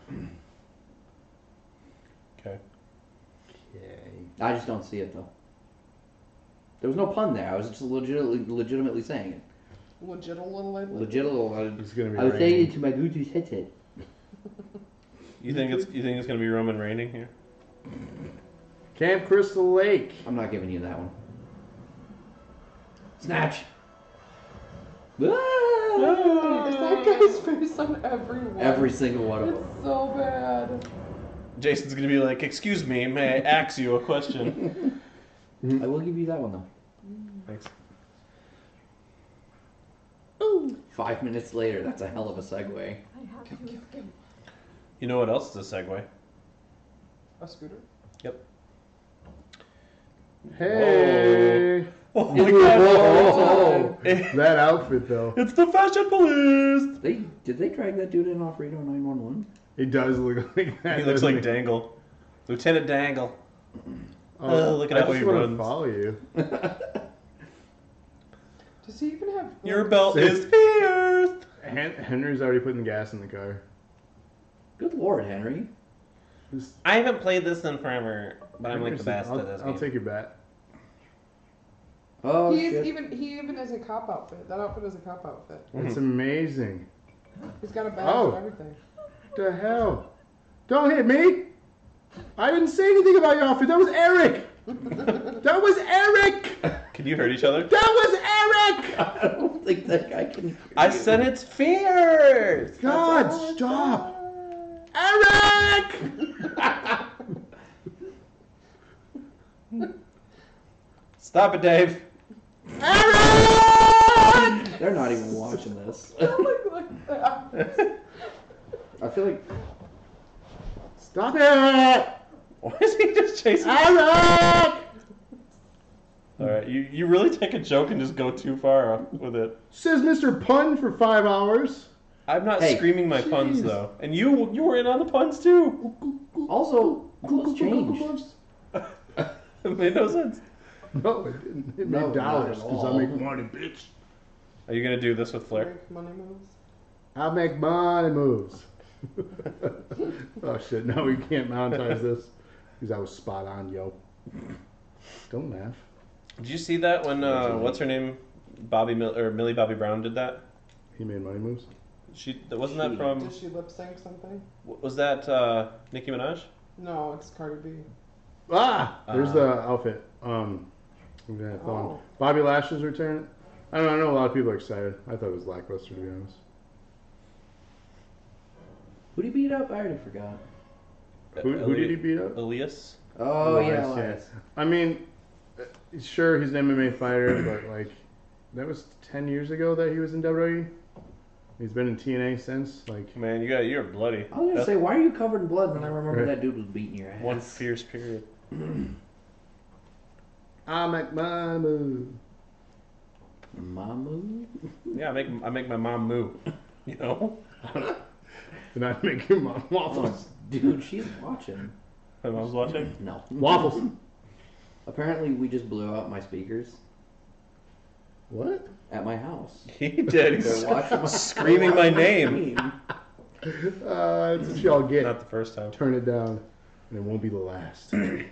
S2: Okay.
S3: Okay.
S1: I just don't see it though. There was no pun there. I was just legitimately, legitimately saying it.
S4: Legit a little late.
S1: Legitimately,
S3: It's gonna be
S1: I was saying
S3: raining.
S1: it to my Bluetooth headset.
S2: You think it's you think it's gonna be Roman raining here?
S3: Camp Crystal Lake.
S1: I'm not giving you that one. Snatch. Ah!
S4: Is that guy's face on everyone?
S1: Every single one of
S4: It's
S1: them.
S4: so bad.
S2: Jason's gonna be like, "Excuse me, may I ask you a question?"
S1: I will give you that one though.
S2: thanks.
S1: Five minutes later, that's a hell of a segue.
S5: I have to escape.
S2: You know what else is a segue?
S4: A scooter?
S3: Hey.
S2: Oh
S1: my
S3: Whoa.
S2: God.
S3: that outfit though.
S2: It's the fashion police.
S1: They did they drag that dude in off Radio 911?
S3: It does look like that.
S2: He looks
S3: doesn't
S2: like
S3: it?
S2: Dangle, Lieutenant Dangle.
S3: Oh,
S2: Ugh, Uh, look at
S3: I
S2: how
S3: just
S2: he
S3: wanna
S2: runs.
S3: follow you.
S4: Does he even have.
S2: Your belt
S3: Say-
S2: is pierced.
S3: Hen- Henry's already putting gas in the car.
S1: Good lord, Henry.
S3: Just-
S2: I haven't played this in forever, but I'm like the
S3: Henry's-
S2: best
S3: I'll,
S2: at this
S3: I'll
S2: game.
S3: take your bet.
S1: Oh
S4: He is
S1: shit.
S4: even he even is a cop outfit. That outfit is a cop outfit.
S2: Mm-hmm.
S3: It's amazing.
S4: He's got a badge
S3: Oh.
S4: and everything.
S3: What the hell? Don't hit me! I didn't say anything about your outfit. That was Eric. that was Eric.
S2: Can you hurt each other?
S3: That was Eric.
S1: I don't think that guy can. hear
S2: I
S1: you.
S2: said it's fierce.
S3: God, stop! Eric!
S2: Stop it, Dave.
S3: Eric!
S1: They're not even watching this.
S4: Like, like that.
S1: I feel like
S3: Stop it!
S2: Why is he just chasing?
S3: Eric!
S2: All right, you you really take a joke and just go too far with it.
S3: Says Mr. Pun for five hours.
S2: I'm not
S1: Hey.
S2: screaming my puns
S3: Jeez.
S2: though, and you you were in on the puns too.
S1: also close change.
S2: it made no sense.
S3: No, it didn't. It made
S1: No, not
S3: dollars
S1: at
S3: because
S1: all.
S3: I make money, bitch.
S2: Are you gonna do this with Flair?
S4: Make money moves.
S3: I make money moves. oh shit! No, we can't monetize this because I was spot on, yo. Don't laugh.
S2: Did you see that when uh, what's her name Bobby Mill or Millie Bobby Brown did that.
S3: He made money moves.
S2: She that- wasn't that
S1: She-
S2: from
S4: Did she lip sync something?
S2: was that uh, Nicki Minaj?
S4: No, it's Cardi B.
S3: Ah, there's
S2: Uh,
S3: the outfit. Um, I'm gonna have to
S4: Oh.
S3: Bobby Lashley's return. I don't know. I know a lot of people are excited. I thought it was lackluster to be honest.
S1: Who did he beat up? I already forgot.
S3: Who, who did he beat up?
S2: Elias.
S1: Oh yeah,
S3: Elias,
S1: Elias.
S3: I mean, uh, sure, he's an MMA fighter, but like, that was ten years ago that he was in WWE. He's been in TNA since. Like,
S2: Man, you got you're bloody.
S1: I was gonna
S2: That's
S1: say, why are you covered in blood? And then I remember
S3: Right.
S1: that dude was beating your ass.
S2: one fierce period.
S3: I make my move.
S1: Mamu.
S2: Yeah, I make I make my mom moo. You know,
S3: Did I make your mom waffles?
S1: Oh, dude, she's watching.
S2: my mom's watching.
S1: No.
S3: Waffles.
S1: Apparently, we just blew out my speakers
S3: What?
S1: at my house.
S2: He did. He's
S1: They're watching my-
S2: screaming my name.
S1: name.
S3: Uh, that's what y'all get.
S2: Not the first time.
S3: Turn it down, and it won't be the last.
S1: I'm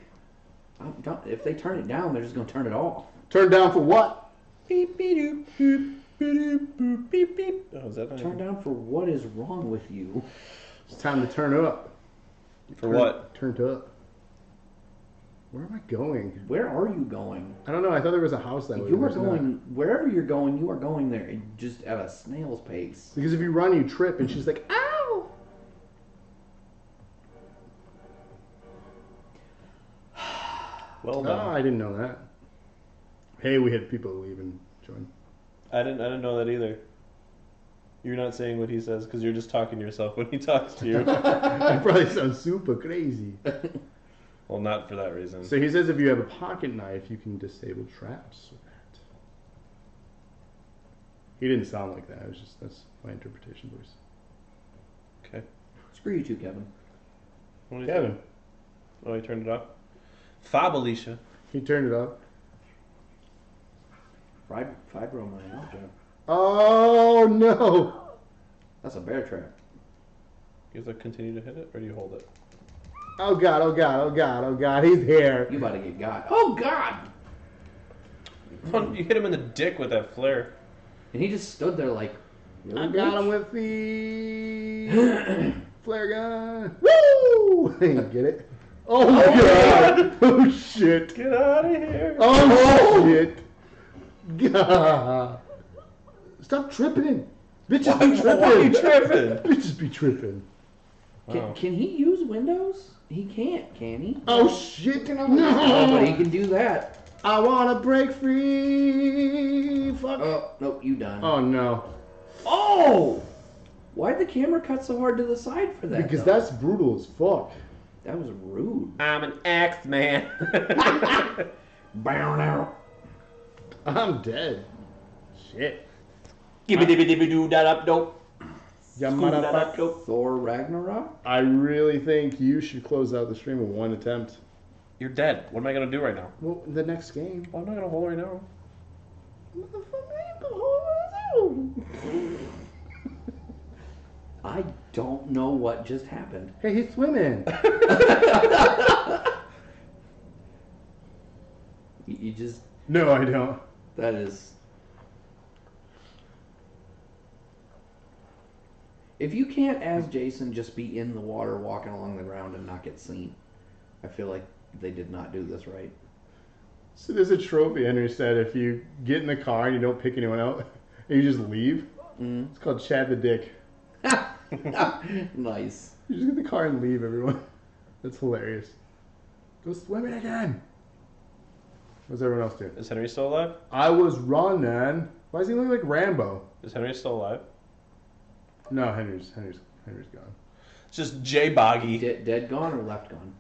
S1: done. If they turn it down, they're just gonna turn it off.
S3: Turn down for what?
S2: Beep beep doop boop boop boop beep beep. Oh, is that
S1: Turn down for what is wrong with you?
S3: It's time to turn up.
S2: for what?
S3: Turned up. Where am I going?
S1: Where are you going?
S3: I don't know. I thought there was a house that way.
S1: You are
S3: There's not.
S1: going wherever you're going. You are going there, and just at a snail's pace.
S3: Because if you run, you trip, and she's like, ow!
S2: Well
S3: No,
S2: done.
S3: Oh, I didn't know that. Hey, we had people leave and join.
S2: I didn't. I didn't know that either. You're not saying what he says because you're just talking to yourself when he talks to you.
S3: that probably sounds super crazy.
S2: well, not for that reason.
S3: So he says if you have a pocket knife, you can disable traps with that. He didn't sound like that. It was just that's my interpretation, Bruce.
S2: Okay.
S1: Screw you, too, Kevin.
S2: What do you think?
S3: Kevin,
S2: Oh, he turned it off. Fab Alicia.
S3: he turned it up.
S1: Fib- fibromyalgia.
S3: Oh no!
S1: That's a bear trap.
S2: You guys continue to hit it, or do you hold it?
S3: Oh god! Oh god! Oh god! Oh god! He's here.
S1: You about to get got. Oh God!
S2: Fun- You hit him in the dick with that flare.
S1: And he just stood there like.
S3: I
S1: "Really,
S3: got him
S1: bitch?"
S3: with the flare gun. Woo! Get it? Oh my god! Oh shit!
S2: Get out of here!
S3: Oh shit! God. Stop tripping! Bitches be tripping!
S2: Why are you tripping?
S3: Bitches be tripping!
S1: Can,
S2: Wow.
S1: can he use Windows? He can't, can he?
S3: Oh shit!
S4: Can I-
S1: Oh, but he
S3: No!
S1: can do that.
S3: I wanna break free! Fuck!
S1: Oh, nope, you done.
S3: oh no!
S1: Oh! Why'd the camera cut so hard to the side for that?
S3: Because
S1: though?
S3: that's brutal as fuck.
S1: that was rude.
S2: I'm an axe man.
S1: Bow now.
S3: I'm dead. Shit.
S2: Gibby dibby dibby doo da up dope.
S3: Ya motherfuck-
S1: Thor Ragnarok?
S3: I really think you should close out the stream with one attempt.
S2: You're dead. What am I gonna do right now?
S3: Well, the next game.
S2: Well, I'm not gonna hold right now.
S1: I don't know what just happened.
S3: Hey, he's swimming.
S1: You, you just.
S3: no, I don't.
S1: That is. If you can't, as Jason, just be in the water walking along the ground and not get seen, I feel like they did not do this right.
S3: So there's a trophy Henry said if you get in the car and you don't pick anyone out and you just leave, it's called Chad the Dick.
S1: nice.
S3: You just get in the car and leave everyone. That's hilarious. Go swimming again. What's everyone else doing?
S2: Is Henry still alive?
S3: I was running. Why does he look like Rambo?
S2: Is Henry still alive?
S3: No, Henry's Henry's Henry's gone.
S2: It's just J Boggy.
S1: De- dead gone or left gone?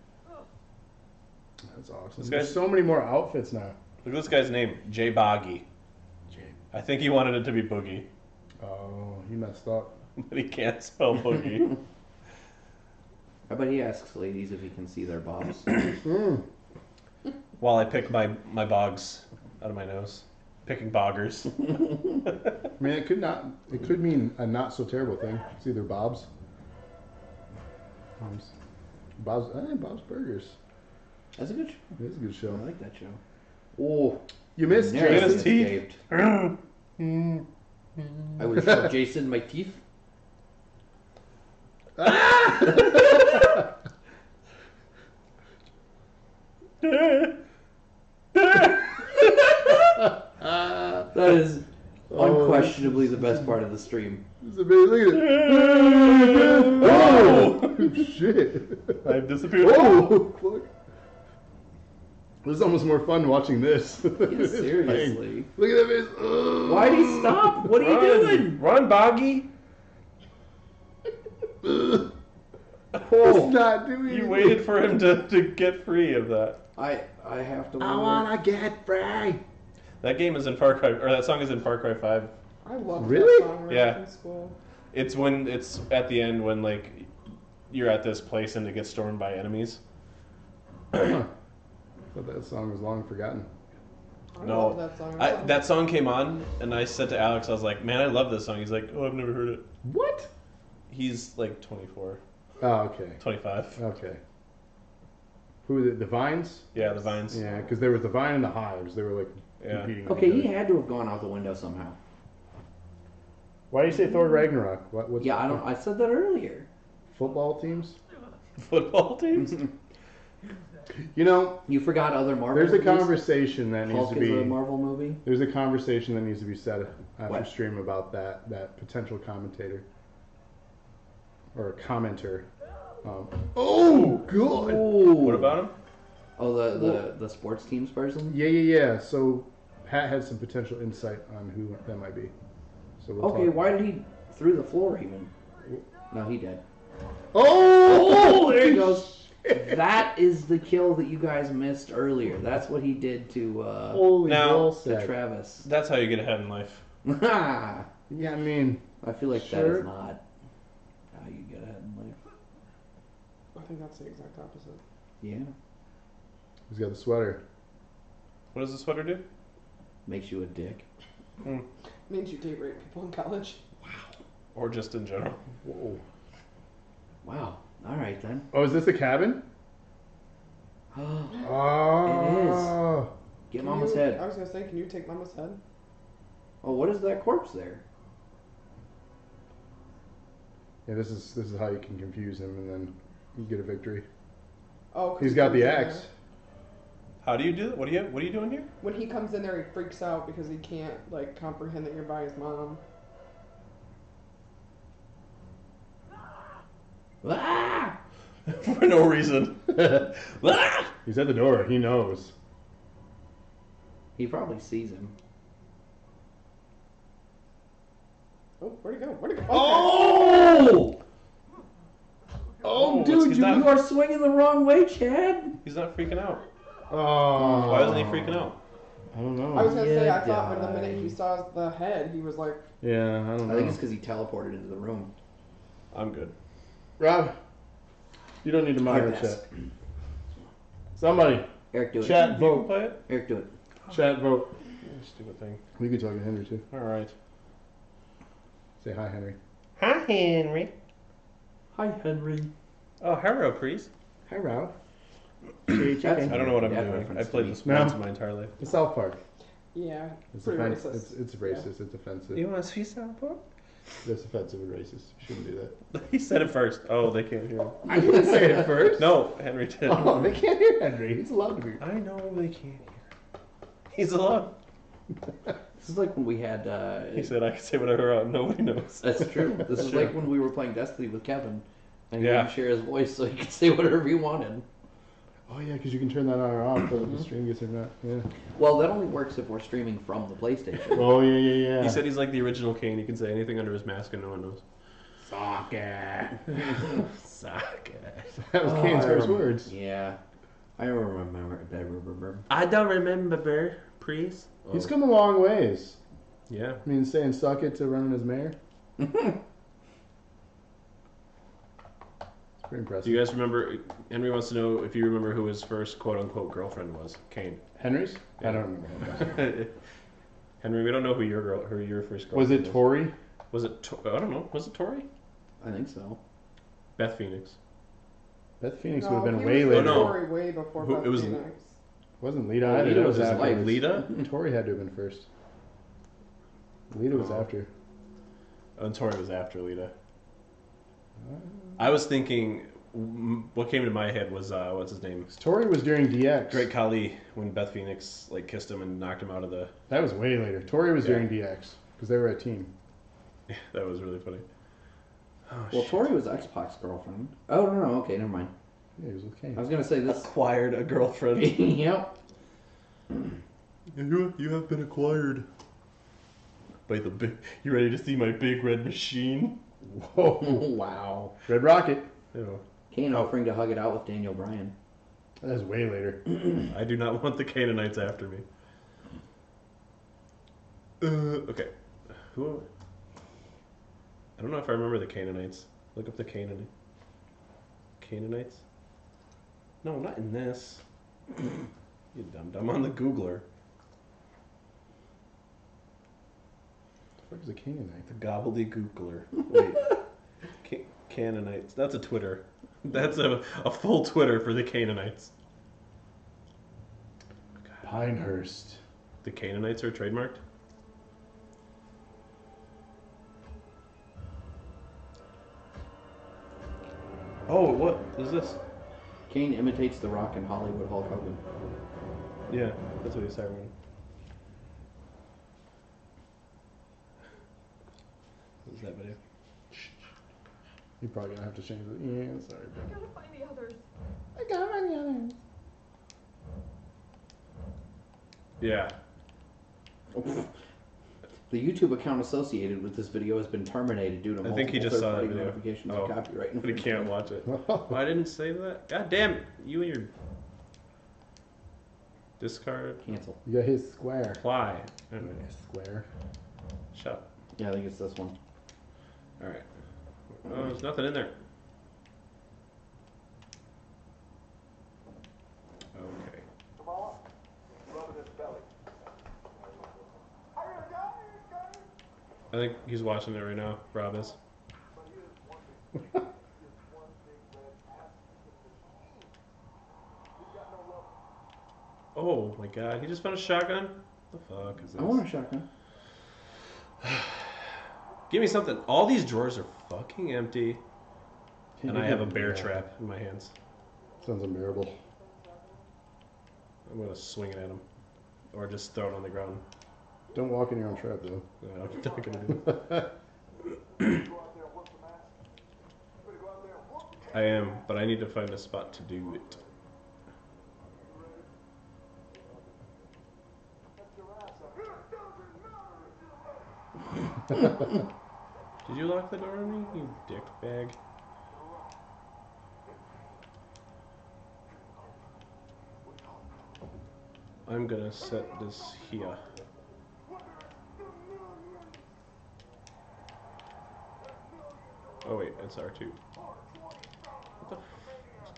S3: That's awesome.
S2: This
S3: There's
S2: guy's-
S3: so many more outfits now.
S2: Look at this guy's name, J Boggy. I think he wanted it to be Boogie,
S3: Oh, he messed up.
S2: but he can't spell Boogie.
S1: I bet he asks ladies if he can see their bobs.
S3: Mm.
S2: While I pick my my bogs out of my nose, picking boggers.
S3: I mean, it could not. It could mean a not so terrible thing. It's either Bob's, Bob's, Bob's, eh, Bob's Burgers.
S1: That's a good show.
S3: It is a
S1: I
S3: good show.
S1: like that show. Oh,
S3: You missed Mm.
S1: narrowly
S2: Jason.
S3: Jason.
S2: teeth.
S1: escaped. I would have shoved Jason in my teeth. That is Oh, unquestionably the best part of the stream.
S3: It's amazing.
S2: Oh!
S3: Oh shit!
S2: I've disappeared.
S3: Oh fuck! This is almost more fun watching this.
S1: Yeah, seriously.
S3: Look at that face. Ugh.
S1: Why'd he stop? What are you
S2: Run,
S1: doing?
S2: Run, Boggy.
S3: Ugh.
S1: Paul,
S3: It's not doing
S2: You
S3: anything.
S2: Oh, waited for him to, to get free of that.
S1: I, I have to
S3: I
S1: wonder.
S3: wanna get free.
S2: That game is in Far Cry, or that song is in Far Cry Five.
S4: I loved
S3: Really?
S4: that song when I
S2: Yeah.
S4: was in school.
S2: It's when it's at the end when like you're at this place and it gets stormed by enemies.
S3: But that song was long forgotten.
S4: I
S2: No.
S4: love that song.
S2: I, that song came on, and I said to Alex, I was like, "Man, I love this song." He's like, "Oh, I've never heard it."
S3: What?
S2: He's like 24,
S3: Oh, okay.
S2: 25.
S3: Okay. Who was it? The Vines?
S2: Yeah, the Vines.
S3: Yeah, because there was the Vine and the Hives. They were like
S2: Yeah.
S3: competing. with
S1: Okay,
S3: each
S1: he
S3: other.
S1: had to have gone out the window somehow.
S3: Why do you say Thor Ragnarok? What? What's
S1: Yeah, I don't. I said that earlier.
S3: Football teams?
S2: Football teams.
S3: You know,
S1: You forgot other Marvel.
S3: there's a
S1: movies?
S3: conversation that needs
S1: Hulk
S3: to
S1: is a
S3: be.
S1: Marvel movie.
S3: There's a conversation that needs to be said after
S1: What?
S3: stream about that that potential commentator or commenter. Um, oh god!
S1: Ooh.
S2: what about him?
S1: Oh, the the, the sports teams person.
S3: Yeah, yeah, yeah. So Pat had some potential insight on who that might be. So we'll
S1: Okay,
S3: talk.
S1: why did he through the floor even? No, he did.
S3: Oh,
S1: Oh, there he goes. That is the kill that you guys missed earlier. That's what he did to uh,
S3: Holy
S2: Now-
S3: ball
S1: to
S3: sack.
S1: Travis.
S2: That's how you get ahead in life.
S1: I
S3: Yeah, I mean,
S1: feel like that
S3: Sure.
S1: is not how you get ahead in life.
S4: I think that's the exact opposite.
S1: Yeah,
S3: he's got the sweater.
S2: What does the sweater do?
S1: makes you a dick.
S4: Means you date rape people in college.
S2: Or just in general?
S3: Whoa.
S1: Wow. All right then.
S3: Oh, is this a cabin? Oh,
S1: Get
S4: Can
S1: mama's
S4: you- I
S1: head.
S4: was gonna say, can you take mama's head?
S1: Oh, what is that corpse there?
S3: Yeah, this is this is how you can confuse him and then you get a victory.
S4: Oh, 'cause
S3: He's
S4: he
S3: got
S4: comes
S3: the
S4: in there-
S3: axe.
S2: How do you do that? What do you What are you doing here?
S4: When he comes in there, he freaks out because he can't like comprehend that you're by his mom.
S1: Ah!
S2: For no reason. Ah!
S3: He's at the door. He knows.
S1: He probably sees him.
S4: Oh, where'd he go? Where'd he go?
S1: Oh!
S2: Oh, dude, it's- he's you- not-
S1: You are swinging the wrong way, Chad.
S2: He's not freaking out.
S3: Oh.
S2: Why isn't he freaking out?
S3: I don't
S4: I was
S3: know.
S4: gonna say, I
S1: Yeah,
S4: thought when the minute
S1: guy.
S4: he saw the head, he was like,
S3: Yeah, I don't
S1: I think
S3: know.
S1: it's because he teleported into the room.
S2: I'm good.
S3: Rob, you don't need to
S1: Hard
S3: moderate
S1: pass.
S3: chat. Somebody,
S1: Eric, do it.
S3: chat
S2: You can
S3: vote.
S2: play it.
S1: Eric, do it.
S3: Chat vote.
S2: Stupid thing.
S3: We could talk to Henry too.
S2: All right.
S3: Say hi, Henry.
S2: Hi, Henry.
S1: Hi, Henry.
S2: Oh, hello, please.
S3: Hi, Rob.
S2: I don't know what I'm
S1: Bad
S2: doing. I
S1: reference
S2: played
S1: to me.
S2: this
S3: No.
S2: once in my entire life.
S3: It's South Park.
S4: yeah,
S3: It's
S4: pretty
S3: offen-
S4: racist.
S3: It's, it's racist. It's offensive.
S2: want to see something?
S3: That's offensive and racist. You shouldn't do that.
S2: He said it first. Oh, they can't hear him.
S3: I didn't say it first.
S2: No, Henry did.
S3: Oh, they can't hear Henry. He's allowed to be.
S2: I know they can't hear. He's alone.
S1: This is like when we had. Uh,
S2: He said I can say whatever I want. Nobody knows.
S1: that's true. This is
S2: Sure.
S1: like when we were playing Destiny with Kevin, and he
S2: Yeah.
S1: wouldn't share his voice so he could say whatever he wanted.
S3: Oh yeah, because you can turn that on or off whether
S1: Mm-hmm.
S3: the stream gets or not. Yeah.
S1: Well, that only works if we're streaming from the PlayStation.
S3: Oh yeah, yeah, yeah.
S2: He said he's like the original Kane. He can say anything under his mask and no one knows.
S1: Soccer.
S2: Soccer.
S3: that
S2: Oh,
S3: was Kane's
S1: I
S3: first
S1: remember.
S3: words.
S1: Yeah, I remember. I remember.
S2: I don't remember, please.
S3: He's come a long ways.
S2: Yeah.
S3: I mean, saying "suck it" to running as mayor. it's pretty impressive.
S2: Do you guys remember? Henry wants to know if you remember who his first quote unquote girlfriend was. Kane.
S3: Henry's? I
S2: Yeah.
S3: don't remember.
S2: Henry, we don't know who your girl, who your first girl
S3: Was it Tory?
S2: Was it? To- I don't know. Was it Tori?
S1: I think so.
S2: Beth Phoenix.
S3: Beth Phoenix
S4: No,
S3: would have been
S4: he
S3: way
S4: was
S3: later.
S2: Oh, no.
S4: Tory way before
S2: Who-
S4: Beth
S2: it was-
S4: Phoenix.
S3: Wasn't Lita
S1: Oh,
S3: either.
S1: Lita
S3: That
S1: was
S3: was
S1: his
S2: Like
S1: wife.
S3: afterwards.
S2: Lita.
S3: Tory had to have been first. Lita was
S2: Oh.
S3: after.
S2: And Tori was after Lita. I was thinking, m- what came to my head was uh, what's his name?
S3: Tori was during DX.
S2: Great Khali when Beth Phoenix like kissed him and knocked him out of the.
S3: That was way later. Tori was
S2: Yeah.
S3: during DX because they were a team.
S2: That was really funny. Oh,
S1: Well,
S2: shit.
S1: Tori was X Pac's girlfriend. Oh no, no, okay, never mind.
S3: Yeah, he was with
S1: I
S3: Kane.
S1: was gonna say this.
S2: acquired a girlfriend.
S1: yep.
S2: you, you have been acquired. By the big, you ready to see my big red machine?
S3: Whoa.
S1: wow.
S3: Red Rocket.
S2: Ew.
S1: Kane
S2: Oh.
S1: offering to hug it out with Daniel Bryan.
S3: That was way later.
S2: I do not want the Canaanites after me. Uh, okay. Who? I don't know if I remember the Canaanites. Look up the Canaan. Canaanites? No, not in this. you dumb dumb on the Googler.
S3: Where's the Canaanite?
S2: The gobbledygookler. Wait. Ca- Canaanites. That's a Twitter. That's a, a full Twitter for the Canaanites.
S3: Pinehurst.
S2: The Canaanites are trademarked? Oh, what is this?
S1: Kane imitates The Rock in Hollywood Hulk Hogan.
S2: Yeah, that's what he's hiring. What is that video?
S3: You're probably gonna have to change it. Yeah, sorry, bro.
S5: I gotta find the others.
S3: I got any others.
S2: Yeah.
S1: The YouTube account associated with this video has been terminated due to
S2: I
S1: multiple
S2: think he just saw that
S1: third-party
S2: video.
S1: notifications
S2: Oh.
S1: of copyright
S2: But he
S1: infringement.
S2: can't watch it. Why didn't save that? God damn it. You and your discard
S1: Cancel.
S3: you got his square.
S2: apply. Anyway,
S3: Square.
S2: shut up.
S1: Yeah, I think it's this one.
S2: Alright. Oh, there's nothing in there. Okay. I think he's watching it right now, Rob is. Oh my god, he just found a shotgun? The fuck is this?
S1: I want a shotgun.
S2: Give me something. All these drawers are fucking empty, and I have a uh, bear
S3: Yeah.
S2: trap in my hands.
S3: Sounds unbearable.
S2: I'm gonna swing it at him, or just throw it on the ground.
S3: Don't walk in your own trap though.
S2: No, I'm not gonna do it. I am, but I need to find a spot to do it. Did you lock the door on me, you dickbag? I'm gonna set this here. Oh wait, it's R2. What the f-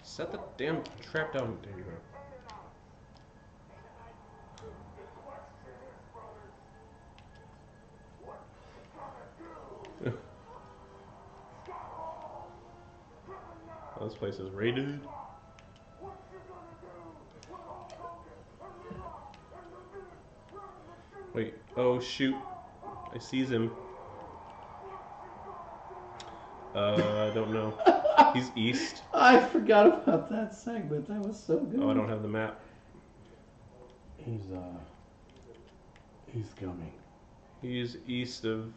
S2: Set the damn trap down. There you go. Oh, this place is raided. Wait, oh shoot. I seize him. Uh, I don't know. He's east.
S1: I forgot about that segment. That was so good.
S2: Oh, I don't have the map.
S3: He's uh he's coming.
S2: He's east of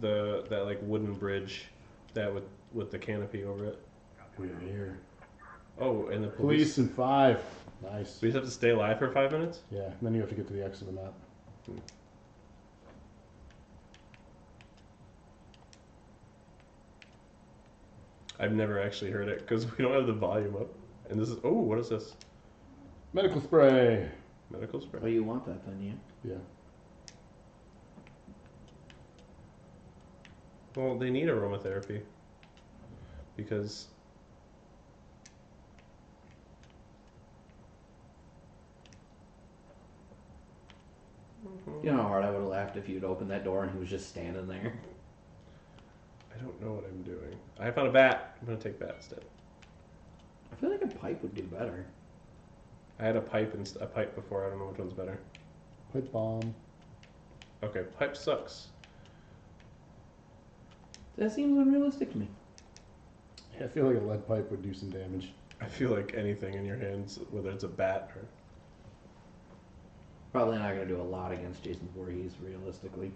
S2: the that like wooden bridge, that with with the canopy over it.
S3: We're here.
S2: Oh, and the
S3: Police
S2: police.
S3: and five. Nice.
S2: We just have to stay alive for five minutes.
S3: Yeah, and then you have to get to the X of the map.
S2: I've never actually heard it because we don't have the volume up. And this is oh, what is this?
S3: Medical spray.
S2: Medical
S1: Oh,
S2: spray.
S1: you want that then, yeah?
S3: Yeah.
S2: Well, they need aromatherapy because
S1: You know how hard I would have laughed if you'd opened that door and he was just standing there.
S2: I don't know what I'm doing. I found a bat. I'm gonna take that instead.
S1: I feel like a pipe would do better.
S2: I had a pipe and a pipe before. I don't know which one's better.
S3: Pipe bomb.
S2: Okay, pipe sucks.
S1: That seems unrealistic to me.
S3: I feel like a lead pipe would do some damage.
S2: I feel like anything in your hands, whether it's a bat or
S1: Probably not going to do a lot against Jason Voorhees, realistically.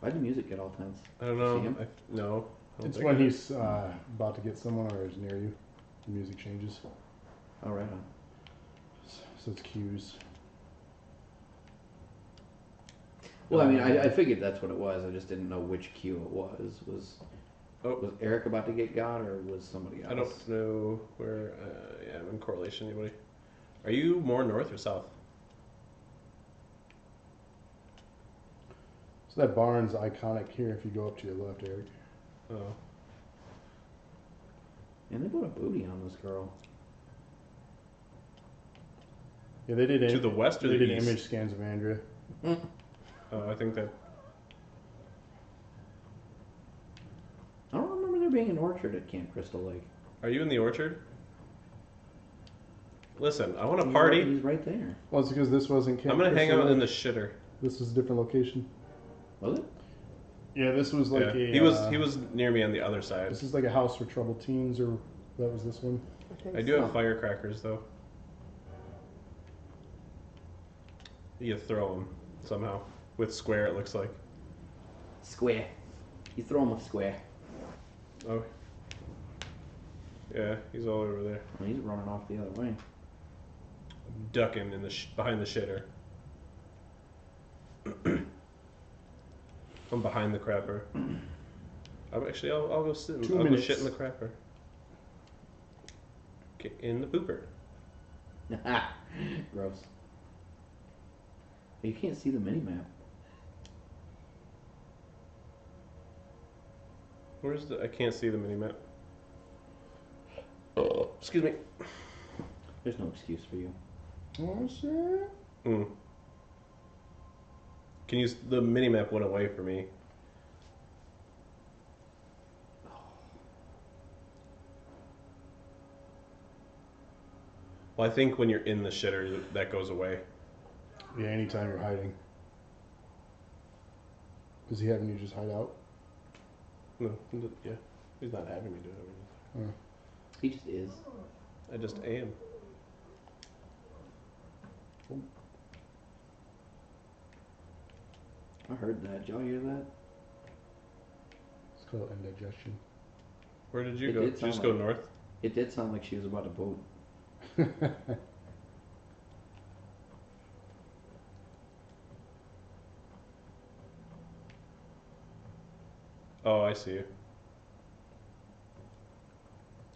S1: Why'd the music get all tense?
S2: I don't
S1: See
S2: know.
S1: him?
S2: I, no, I don't
S3: It's
S2: think
S3: when
S2: I-
S3: he's uh, about to get someone or is near you. The music changes,
S1: Oh, right on.
S3: so it's cues.
S1: Well, I mean,
S2: Um,
S1: I, I figured that's what it was. I just didn't know which cue it was. Was
S2: Oh.
S1: was Eric about to get got, or was somebody else?
S2: I don't know where uh, yeah, I'm in correlation. Anybody? Are you more north or south?
S3: So that barn's iconic here. If you go up to your left, Eric.
S2: Oh,
S1: And they put a booty on this girl.
S3: Yeah, they did.
S2: to the west or
S3: they
S2: the
S3: did
S2: east?
S3: image scans of Andrea.
S2: Oh, I think that.
S1: I don't remember there being an orchard at Camp Crystal Lake.
S2: Are you in the orchard? Listen, I want
S1: He's
S2: to
S1: right-
S2: party.
S1: He's right there.
S3: Well, it's because this wasn't. Camp
S2: I'm gonna hang
S3: Crystal
S2: out in the
S3: Lake.
S2: shitter.
S3: This was a different location.
S1: Was it?
S3: Yeah, this was like
S2: yeah.
S3: a.
S2: he was
S3: uh,
S2: he was near me on the other side.
S3: This is like a house for troubled teens, or that was this one.
S4: I, think
S2: I do
S4: so.
S2: have firecrackers though. You throw them somehow with square. It looks like.
S1: Square. You throw him a square.
S2: Oh. Yeah, he's all over there,
S1: Well, he's running off the other way.
S2: ducking in the sh- behind the shitter. I'm behind the crapper. I'm actually. I'll, I'll go sit. In,
S3: Two
S2: I'll
S3: minutes.
S2: go shit in the crapper. Get in the pooper.
S1: Gross. But you can't see the mini map.
S2: Where's the? I can't see the mini map. Uh, Excuse me.
S1: There's no excuse for you.
S3: Oh shit!
S2: Mm. Can you? s- The mini map went away for me. Well, I think when you're in the shitter, that goes away.
S3: Yeah, anytime you're hiding. Is he having you just hide out?
S2: No, yeah, he's not having me do it.
S1: He just is.
S2: I just am.
S1: I heard that. Did y'all hear that?
S3: It's called indigestion.
S2: Where did you
S1: It
S2: go?
S1: did
S2: Did you
S1: sound
S2: just go
S1: like-
S2: north?
S1: It did sound like she was about to boat.
S2: Oh, I see you.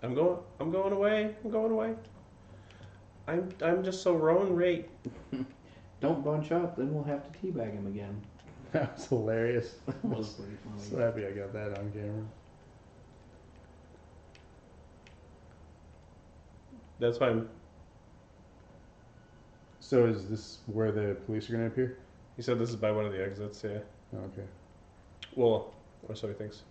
S2: I'm going. I'm going away. I'm going away. I'm. I'm just so roan rate.
S1: Don't bunch up, then we'll have to teabag him again.
S3: that was hilarious.
S1: That was pretty
S3: So
S1: funny.
S3: happy I got that on camera.
S2: That's why I'm.
S3: So is this where the police are gonna appear?
S2: He said this is by one of the exits. Yeah.
S3: Oh, okay.
S2: Well, or so he thinks.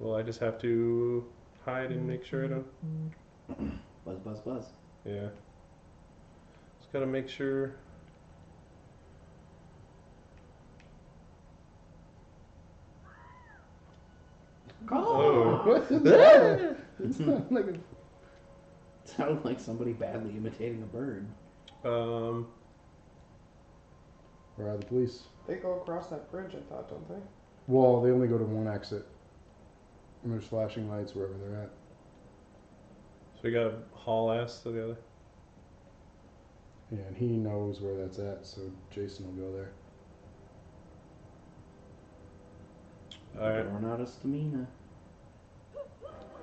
S2: Well, I just have to hide and make sure I don't.
S1: Buzz, buzz, buzz.
S2: Yeah. Just gotta make sure. Oh.
S3: What is that? It's
S1: Mhm.
S3: not like a-
S1: Sounded like somebody badly imitating a bird.
S2: Um.
S3: Where are the police?
S4: They go across that bridge, I thought, don't they?
S3: Well, they only go to one exit. And there's flashing lights wherever they're at.
S2: So we gotta haul ass to the other.
S3: Yeah, and he knows where that's at, so Jason will go there.
S2: All right.
S1: Leonardo Stamina.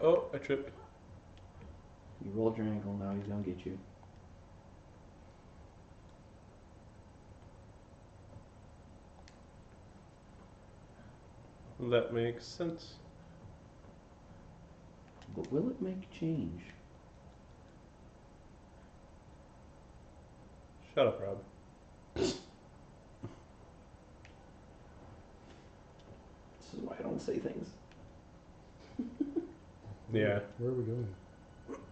S2: Oh, I tripped.
S1: You rolled your ankle, now he's gonna get you.
S2: That makes sense.
S1: But will it make change?
S2: Shut up, Rob.
S1: It's is why I don't say things.
S2: Yeah.
S3: Where are we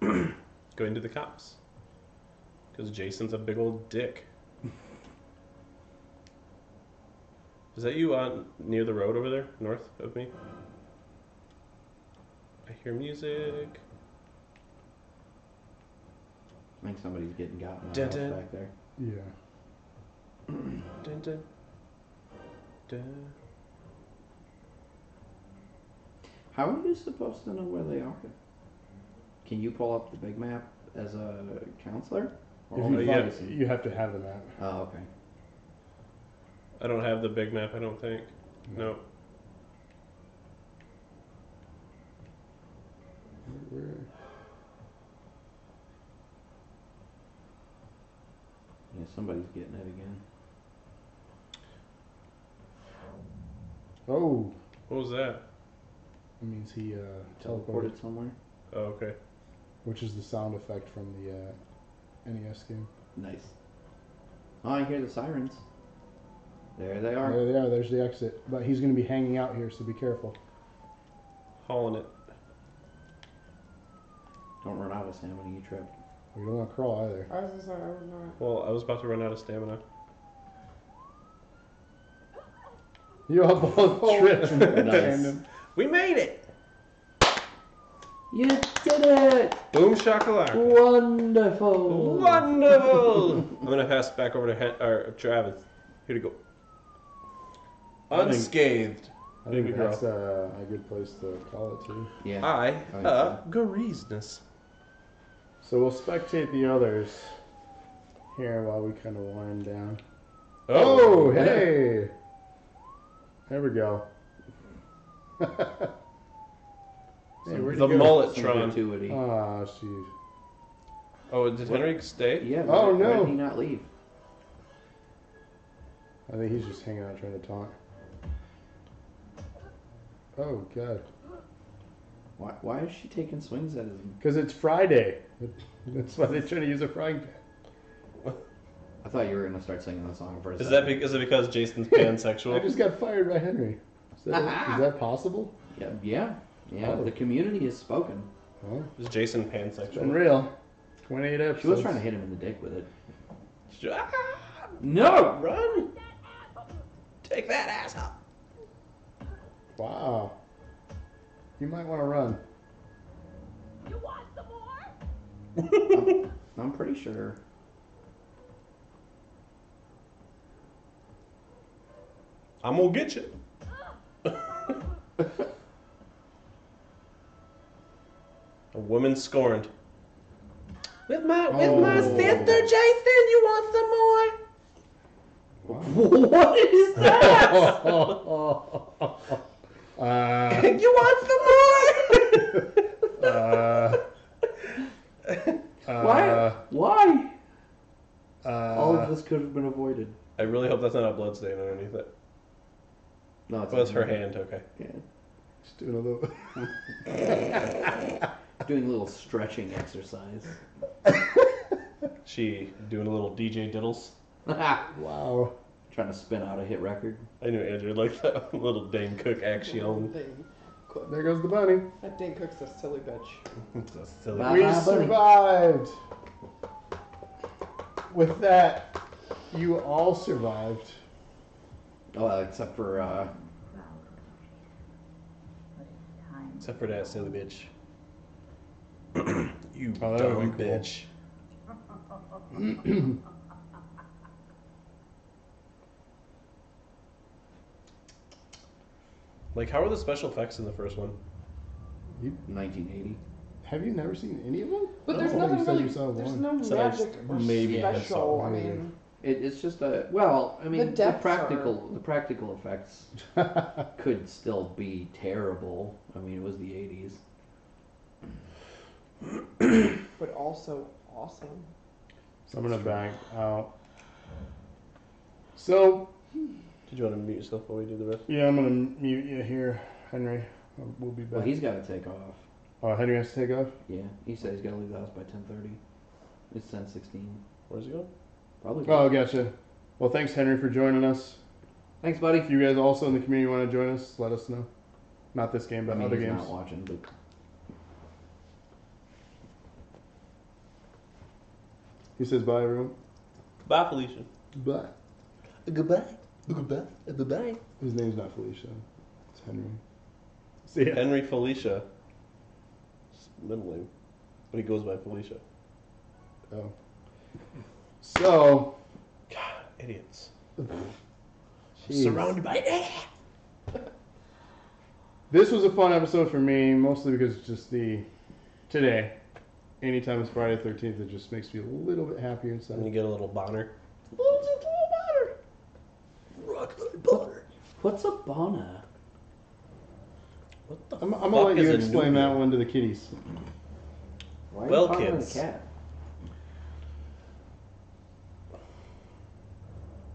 S3: going?
S2: Going to the cops. Because Jason's a big old dick. Is that you on near the road over there, north of me? I hear music.
S1: I think somebody's getting got in the
S2: Dun,
S1: house
S2: dun.
S1: back there.
S3: Yeah.
S2: Dun, dun. Dun.
S1: How are you supposed to know where they are? Can you pull up the big map as a counselor? Or
S3: If
S1: only
S3: you,
S2: yeah.
S1: Ferguson?
S3: you have to have the map.
S1: Oh, okay.
S2: I don't have the big map, I don't think. No.
S3: Where?
S1: Yeah, somebody's getting it again.
S3: Oh,
S2: What was that?
S3: that means he uh, teleported,
S1: Teleported somewhere.
S2: Oh, okay.
S3: which is the sound effect from the uh, NES game.
S1: Nice. Oh, I hear the sirens. There they are.
S3: There they are. There's the exit. But he's going to be hanging out here, so be careful.
S2: Hauling it.
S1: Don't run out of stamina, you trip.
S3: We don't want to crawl either.
S4: I was just like, I would not.
S2: Well, I was about to run out of stamina.
S3: You all both tripped.
S1: Nice.
S2: We made it!
S1: You did it!
S2: Boom shakalaka.
S1: Wonderful!
S2: Wonderful! I'm gonna pass it back over to he- or Travis. Here to go.
S3: I think-
S2: Unscathed.
S3: I
S2: Baby
S3: think that's uh, a good place to call it too.
S1: Yeah.
S2: I uh,
S1: think
S2: agreesness.
S3: So we'll spectate the others here while we kind of wind down. Oh, hey! There we go. hey, where'd
S2: The
S3: you go?
S2: mullet.
S1: Some
S2: Tron.
S1: gratuity.
S3: Ah, shoot.
S2: Oh, did Henrik stay?
S1: yeah. why-
S3: Oh,
S1: Why
S3: no.
S1: did he not leave?
S3: I think he's just hanging out trying to taunt. Oh, God.
S1: Why, why is she taking swings at his?
S3: Because it's Friday. That's why they're trying to use a frying pan.
S1: I thought you were gonna start singing the song first.
S2: Is that be- is it because Jason's pansexual?
S3: I just got fired by Henry. Is that, is that possible?
S1: Yeah, yeah, yeah.
S3: Oh.
S1: The community has spoken.
S3: Well,
S2: is Jason
S3: it's been
S2: pansexual?
S3: real. 28 episodes.
S1: She was trying to hit him in the dick with it.
S2: Ah,
S1: No.
S2: run! Take that ass up.
S3: Wow. You might want to run.
S5: You want some more?
S1: I'm pretty sure.
S2: I'm gonna get you.
S3: Uh,
S2: A woman scorned. With my
S3: with my Oh. sister,
S2: Jason, you want some more?
S1: What is
S3: Uh,
S2: You want some more?
S3: uh, uh,
S1: Why? Why?
S3: Uh,
S1: All of this could have been avoided.
S2: I really hope that's not a blood stain underneath it.
S1: No, it's
S2: Well, it's her hand. Okay.
S1: Yeah.
S3: just doing a little.
S1: Doing a little stretching exercise.
S2: She doing a little DJ diddles.
S1: Trying
S3: wow.
S1: to spin out a hit record.
S2: I knew Andrew would like that little Dane Cook action.
S4: Dane.
S3: There goes the bunny.
S4: That Dane Cook's a silly bitch.
S2: It's a silly.
S1: Bye.
S3: we
S1: bunny.
S3: survived. With that, you all survived.
S1: Oh, uh, except for uh,
S2: Except for that silly bitch. you
S3: Oh, that
S2: dumb
S3: would've been cool.
S2: bitch. like, how are the special effects in the first one?
S1: 1980.
S3: Have you never seen any of them?
S4: But there's
S3: I thought
S4: nothing
S3: Oh, you said
S4: really.
S3: You saw
S4: There's
S3: one.
S4: no
S2: So I just-
S4: magic or
S2: maybe I
S4: special.
S2: saw
S4: I
S3: one.
S4: mean,
S1: It, it's just a well. I mean, the,
S4: depths
S1: practical the practical effects could still be terrible. I mean, it was the 80s.
S4: but also awesome.
S3: so I'm gonna back out. So
S2: Did you want to mute yourself while we do the rest?
S3: yeah, I'm gonna mute you here, Henry. We'll be back.
S1: Well, he's got to take off.
S3: oh, Henry has to take off.
S1: Yeah, he said he's got to leave the house by 10:30. It's 10:16.
S2: Where's he going?
S1: Probably.
S3: Oh, gotcha. Well, thanks, Henry, for joining us.
S1: Thanks, buddy.
S3: If you guys also in the community want to join us, let us know. Not this game,
S1: I
S3: but
S1: mean,
S3: other
S1: he's
S3: games.
S1: not watching, but
S3: He says bye, everyone.
S2: Bye, Felicia.
S3: Bye.
S2: Goodbye. Goodbye. Goodbye.
S3: His name's not Felicia. It's Henry. See ya.
S2: Henry Felicia. His Middle name. But he goes by Felicia.
S3: Oh. So,
S2: God, idiots.
S3: Jeez.
S2: Surrounded by idiots.
S3: this was a fun episode for me, mostly because just the today. Anytime it's Friday the 13th, it just makes me a little bit happier
S2: And you
S3: inside.
S2: get a little Bonner. Rock Bonner.
S1: what's a Bonner?
S2: What the
S3: I'm, I'm
S2: fuck
S3: gonna let
S2: is
S3: you
S2: a
S3: explain
S2: newbie?
S3: that one to the kiddies.
S1: Why are
S2: Well,
S1: you talking to the
S2: kids.
S1: cat?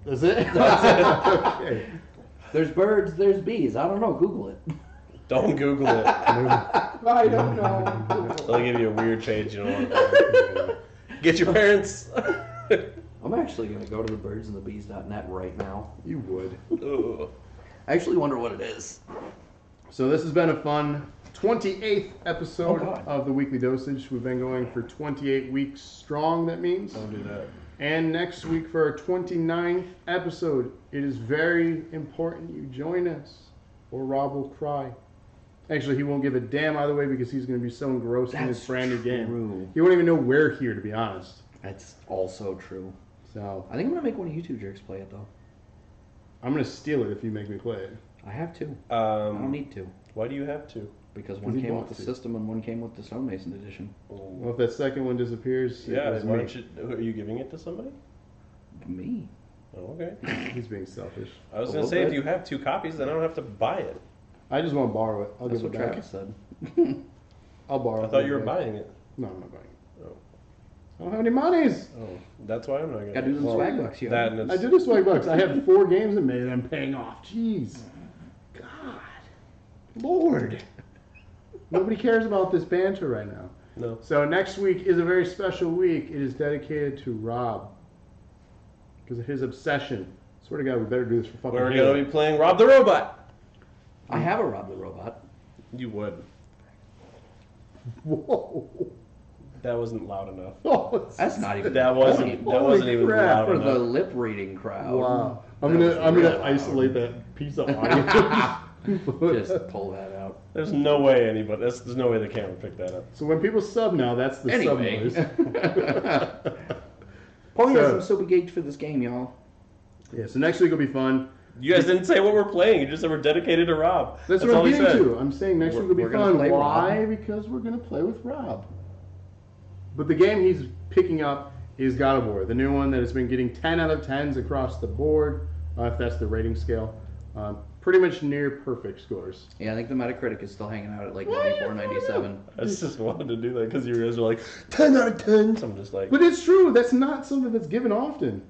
S3: That's it?
S2: That's
S3: okay.
S1: There's birds, there's bees. I don't know. Google it.
S2: Don't Google it.
S4: I don't know.
S2: They'll give you a weird page you don't want. Get your parents.
S1: I'm actually gonna go to the birds and the bees.net right now.
S3: You would.
S2: Ooh.
S1: I actually wonder what it is.
S3: So this has been a fun 28th episode
S1: Oh, God.
S3: of the weekly dosage. We've been going for 28 weeks strong. That means.
S2: Don't do that.
S3: And next week for our 29th episode, it is very important you join us, or Rob will cry. Actually, he won't give a damn either way because he's going to be so engrossed in this
S1: That's
S3: brand new game.
S1: true.
S3: He won't even know we're here, to be honest.
S1: That's also true.
S3: So
S1: I think I'm gonna make one of you two jerks play it though.
S3: I'm going to steal it if you make me play it.
S1: I have two. I don't
S2: Um,
S1: need to
S2: why do you have to?
S1: because
S3: Because
S1: one
S3: Oh. he
S1: came with
S3: wants
S1: the
S3: to.
S1: system and one came with the stonemason edition.
S3: Well, if that second one disappears, it
S2: Yeah,
S3: was
S2: why
S3: me.
S2: don't you, are you giving it to somebody?
S1: Me.
S2: Oh, okay.
S3: he's being selfish.
S2: I was
S1: A
S2: going
S1: little
S2: to say, if
S1: bit.
S2: you have two copies, then I don't have to buy it.
S3: I just want to borrow it. I'll
S1: That's
S3: give
S1: what
S3: it back.
S1: Travis said.
S3: I'll borrow
S2: I
S3: it.
S2: thought you were
S3: Back.
S2: buying it.
S3: No, I'm not buying it.
S2: Oh.
S3: I don't have any monies.
S2: Oh, that's why I'm not going
S1: Gotta do the
S3: Well,
S1: swag bucks, you.
S2: That and
S3: I
S2: it's,
S3: did this twenty bucks. I have four games in May that I'm paying off. Jeez, God, Lord, nobody cares about this banter right now.
S2: no.
S3: So next week is a very special week. It is dedicated to Rob because of his obsession. Swear to God, we better do this for fucking.
S2: We're
S3: Halo.
S2: going to be playing Rob the Robot.
S1: I have a Rob the Robot.
S2: You would.
S3: Whoa!
S2: That wasn't loud enough.
S3: Oh,
S1: That's not even.
S2: That wasn't.
S1: funny.
S2: That wasn't
S3: Holy
S2: even
S3: crap,
S2: loud
S1: for the
S2: enough.
S1: lip reading crowd.
S3: wow. I'm
S1: That
S3: gonna
S1: was
S3: I'm
S1: real
S3: gonna
S1: loud.
S3: isolate that piece of audio.
S1: Just pull that out.
S2: There's no way anybody. That's, there's no way the camera picked that up.
S3: so when people sub now, that's the
S1: Anyway.
S3: sub noise.
S1: Probably
S3: So-
S1: has some super gauge for this game, y'all.
S3: Yeah, so next week will be fun.
S2: You guys didn't say what we're playing. You just said we're dedicated to Rob.
S3: That's,
S2: all
S3: what I'm
S2: you
S3: getting
S2: said.
S3: to. I'm saying next
S1: We're-
S3: week will
S1: we're
S3: be
S1: gonna
S3: fun.
S1: play
S3: Why? Because we're gonna play with Rob. But the game he's picking up is God of War, the new one that has been getting 10 out of 10s across the board, uh, if that's the rating scale. Um, pretty much near perfect scores.
S1: Yeah, I think the Metacritic is still hanging out at like
S3: Why are
S1: 94,
S3: you
S1: 97.
S2: I just wanted to do that because you guys were like ten out of ten. So I'm just like,
S3: But it's true. That's not something that's given often.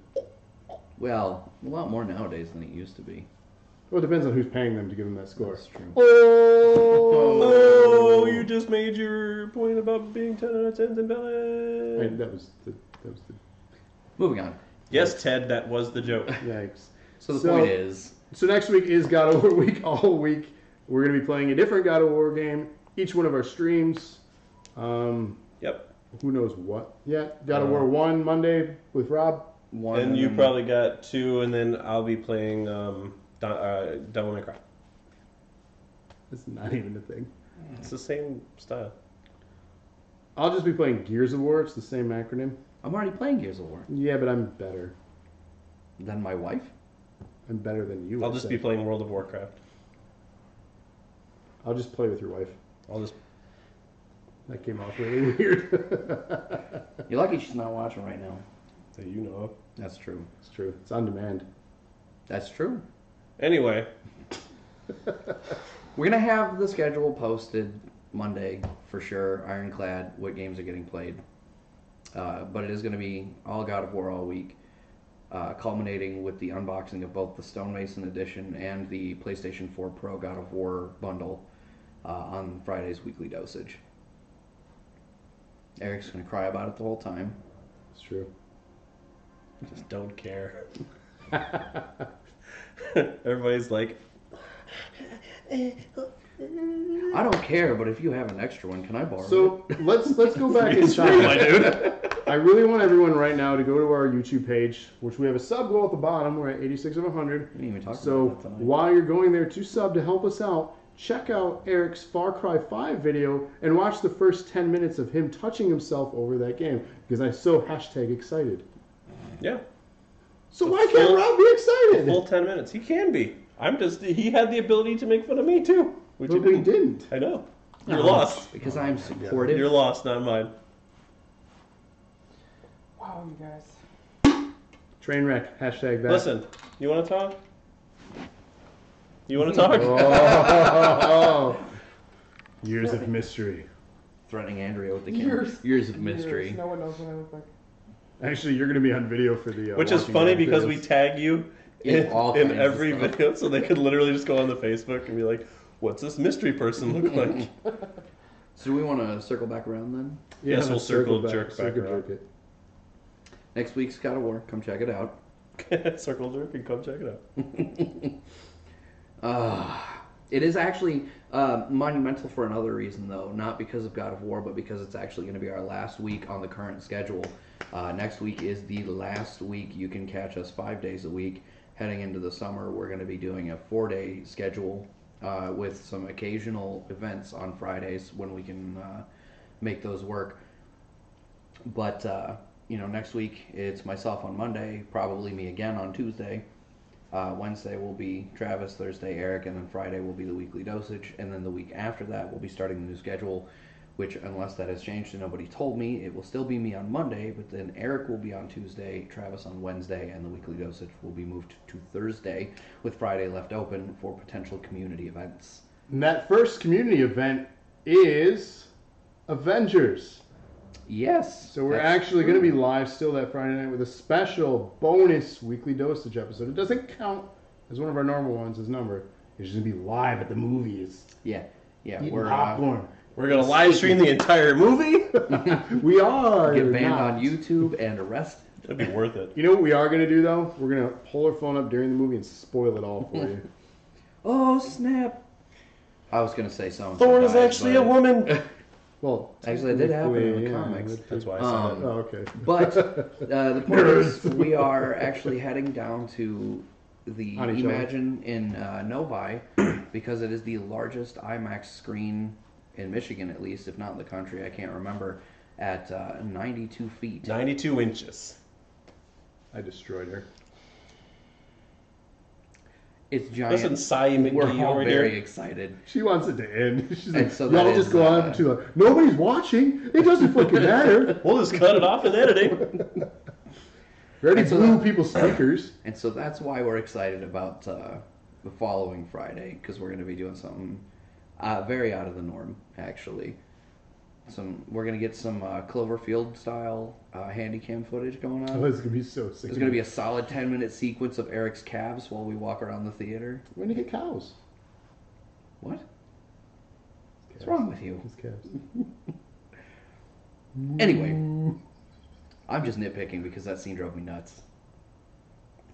S1: Well, a lot more nowadays than it used to be.
S3: Well, it depends on who's paying them to give them that score.
S1: That's true.
S2: oh,
S3: Oh,
S2: you just made your point about being ten out of ten in
S3: Right,
S2: ballet.
S3: that was the, that was the
S1: Moving on.
S2: Yes, Ted, that was the joke.
S3: yikes.
S1: So the
S3: So-
S1: point is,
S3: So next week is God of War week. All week we're going to be playing a different God of War game. Each one of our streams. Um,
S2: Yep.
S3: who knows what yet? God of
S2: Uh,
S3: War one Monday with Rob.
S1: one.
S2: And you probably got two, and then I'll be playing um, Don, uh, Devil May Cry.
S3: It's not even a thing.
S2: It's the same style.
S3: I'll just be playing Gears of War. It's the same acronym.
S1: I'm already playing Gears of War.
S3: Yeah, but I'm better.
S1: Then my wife.
S3: I'm better than you.
S2: I'll
S3: I'd
S2: just
S3: say.
S2: be playing World of Warcraft.
S3: I'll just play with your wife.
S2: I'll just.
S3: That came off really weird.
S1: You're lucky she's not watching right now.
S2: So you know.
S1: That's true.
S3: it's true. It's on demand.
S1: That's true.
S2: Anyway,
S1: We're gonna have the schedule posted Monday for sure. Ironclad, what games are getting played, uh, but it is gonna be all God of War all week, uh, culminating with the unboxing of both the Stonemason edition and the PlayStation 4 Pro God of War bundle uh, on Friday's weekly dosage. Eric's gonna cry about it the whole time.
S3: It's true.
S2: just don't care. Everybody's like,
S1: I don't care, but if you have an extra one, can I borrow
S3: So let's let's go back in
S2: It's free, my
S3: time.
S2: dude.
S3: I really want everyone right now to go to our YouTube page, which we have a sub goal at the bottom. We're at 86 of 100.
S1: it? We didn't even talk
S3: So
S1: about that tonight.
S3: while you're going there to sub to help us out, check out Eric's Far Cry 5 video and watch the first 10 minutes of him touching himself over that game because I'm so hashtag excited.
S2: yeah,
S3: So why can't
S2: full-
S3: Rob be
S2: a full
S3: excited?
S2: ten minutes. He can be. I'm just. He had the ability to make fun of me too, which
S3: But
S2: he
S3: we
S2: didn't.
S3: didn't.
S2: I know. You're
S1: No,
S2: lost.
S1: Because I am supportive.
S2: You're lost, not mine.
S4: Wow, you guys.
S3: Train wreck. Hashtag that.
S2: Listen, you want to talk? You want to talk?
S3: Oh, years of mystery.
S1: threatening Andrea with the camera.
S4: Years.
S1: Years of
S4: Years.
S1: mystery.
S4: No one knows what I look like.
S3: Actually, you're going to be on video for the. Uh,
S2: Which is
S3: Walking
S2: funny
S3: Dead
S2: because we
S3: videos.
S2: tag you in,
S1: In all
S2: in
S1: kinds of
S2: every
S1: stuff.
S2: video, so they could literally just go on the Facebook and be like, "What's this mystery person look like?"
S1: So do we want to circle back around then?
S3: Yeah,
S2: Yes, we'll
S3: let's
S2: circle jerk back around.
S3: jerk it.
S1: Next week's God of War. Come check it out.
S2: Circle jerk and come check it out.
S1: Uh, it is actually uh, monumental for another reason, though. Not because of God of War, but because it's actually going to be our last week on the current schedule. Uh, next week is the last week you can catch us five days a week. Heading into the summer, we're going to be doing a four day schedule uh, with some occasional events on Fridays when we can uh, make those work. But, uh, you know, next week it's myself on Monday, probably me again on Tuesday. Uh, Wednesday will be Travis, Thursday Eric, and then Friday will be the weekly dosage, and then the week after that we'll be starting the new schedule. Which, unless that has changed and nobody told me, it will still be me on Monday, but then Eric will be on Tuesday, Travis on Wednesday, and the weekly dosage will be moved to Thursday, with Friday left open for potential community events.
S3: And that first community event is Avengers.
S1: Yes.
S3: So we're
S1: that's
S3: actually going to be
S1: true.
S3: live still that Friday night with a special bonus weekly dosage episode. It doesn't count as one of our normal ones, as number. It's just going to be live at the movies.
S1: Yeah, yeah.
S3: Eating
S1: We're uh,
S3: popcorn.
S2: We're gonna live stream the entire movie.
S3: we are.
S1: get banned
S3: not.
S1: on YouTube and arrested.
S2: It'd be worth it.
S3: You know what we are going to do, though? We're going to pull our phone up during the movie and spoil it all for you.
S1: Oh snap! I was gonna say something.
S2: Thor is actually a woman.
S3: Well,
S1: Actually, that did happen in the
S3: technically, yeah,
S1: comics.
S3: it-
S2: That's why I said
S1: Um,
S3: Oh, okay.
S1: But uh, the point is, we are actually heading down to the
S3: On each other.
S1: Imagine in uh, Novi because it is the largest IMAX screen in Michigan, at least, if not in the country. I can't remember. At uh, 92 feet.
S2: it. Ninety-two inches.
S3: I destroyed her.
S1: It's giant.
S2: Listen, Cy
S1: We're
S2: McGee
S1: all
S2: over
S1: very
S2: here.
S1: excited.
S3: She wants it to end. She's
S1: And
S3: like,
S1: so that
S3: y'all just
S1: is,
S3: go
S1: uh,
S3: on too long. Nobody's watching. It doesn't fucking matter.
S2: We'll just cut it off in editing.
S3: We already
S1: And so
S3: blew
S1: that- Uh,
S3: people's speakers.
S1: And so that's why we're excited about uh, the following Friday because we're going to be doing something uh, very out of the norm, actually. Some we're going to get some uh, Cloverfield style uh, handy cam footage going
S3: Oh,
S1: on.
S3: this is gonna be so sick.
S1: There's going to be a solid 10 minute sequence of Eric's calves while we walk around the theater.
S3: We're gonna get cows.
S1: What? What's wrong with you?
S3: It's calves.
S1: Anyway, I'm just nitpicking because that scene drove me nuts.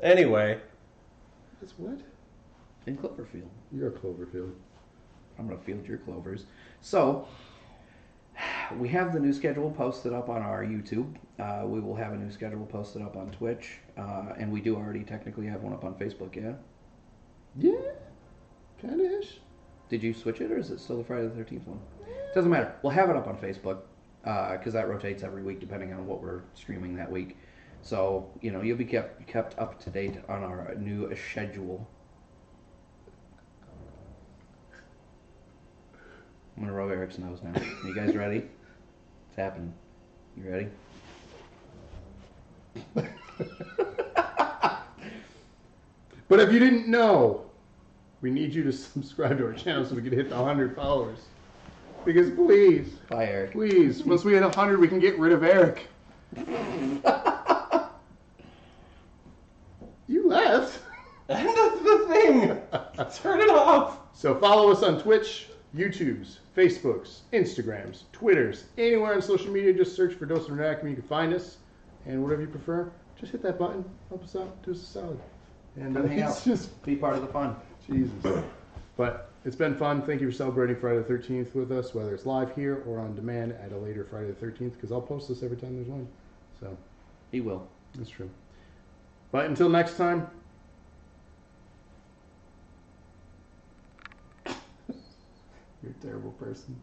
S2: Anyway,
S3: That's what?
S1: In Cloverfield.
S3: You're a Cloverfield.
S1: I'm going to field your clovers. So, we have the new schedule posted up on our YouTube. Uh, we will have a new schedule posted up on Twitch. Uh, and we do already technically have one up on Facebook, yeah?
S3: Yeah, kind of ish.
S1: Did you switch it, or is it still the Friday the 13th one? Doesn't matter. We'll have it up on Facebook because that rotates every week depending on what we're streaming that week. So, you know, you'll be kept, kept up to date on our new schedule. I'm going to rub Eric's nose now. You guys ready? It's happening. You ready?
S3: But if you didn't know, we need you to subscribe to our channel so we can hit the 100 followers. Because please,
S1: Bye, Eric.
S3: please, once we hit 100, we can get rid of Eric. you left.
S2: end of the thing. Turn it off.
S3: So follow us on Twitch, YouTubes, Facebooks, Instagrams, Twitters, anywhere on social media. Just search for Dose and Ranakum. You can find us. And whatever you prefer, just hit that button. Help us out. Do us a solid. And
S1: Come hang
S3: it's
S1: out.
S3: just
S1: Be part of the fun.
S3: Jesus. But it's been fun. Thank you for celebrating Friday the 13th with us, whether it's live here or on demand at a later Friday the 13th, because I'll post this every time there's one. So
S1: He will.
S3: that's true. But until next time, you're a terrible person.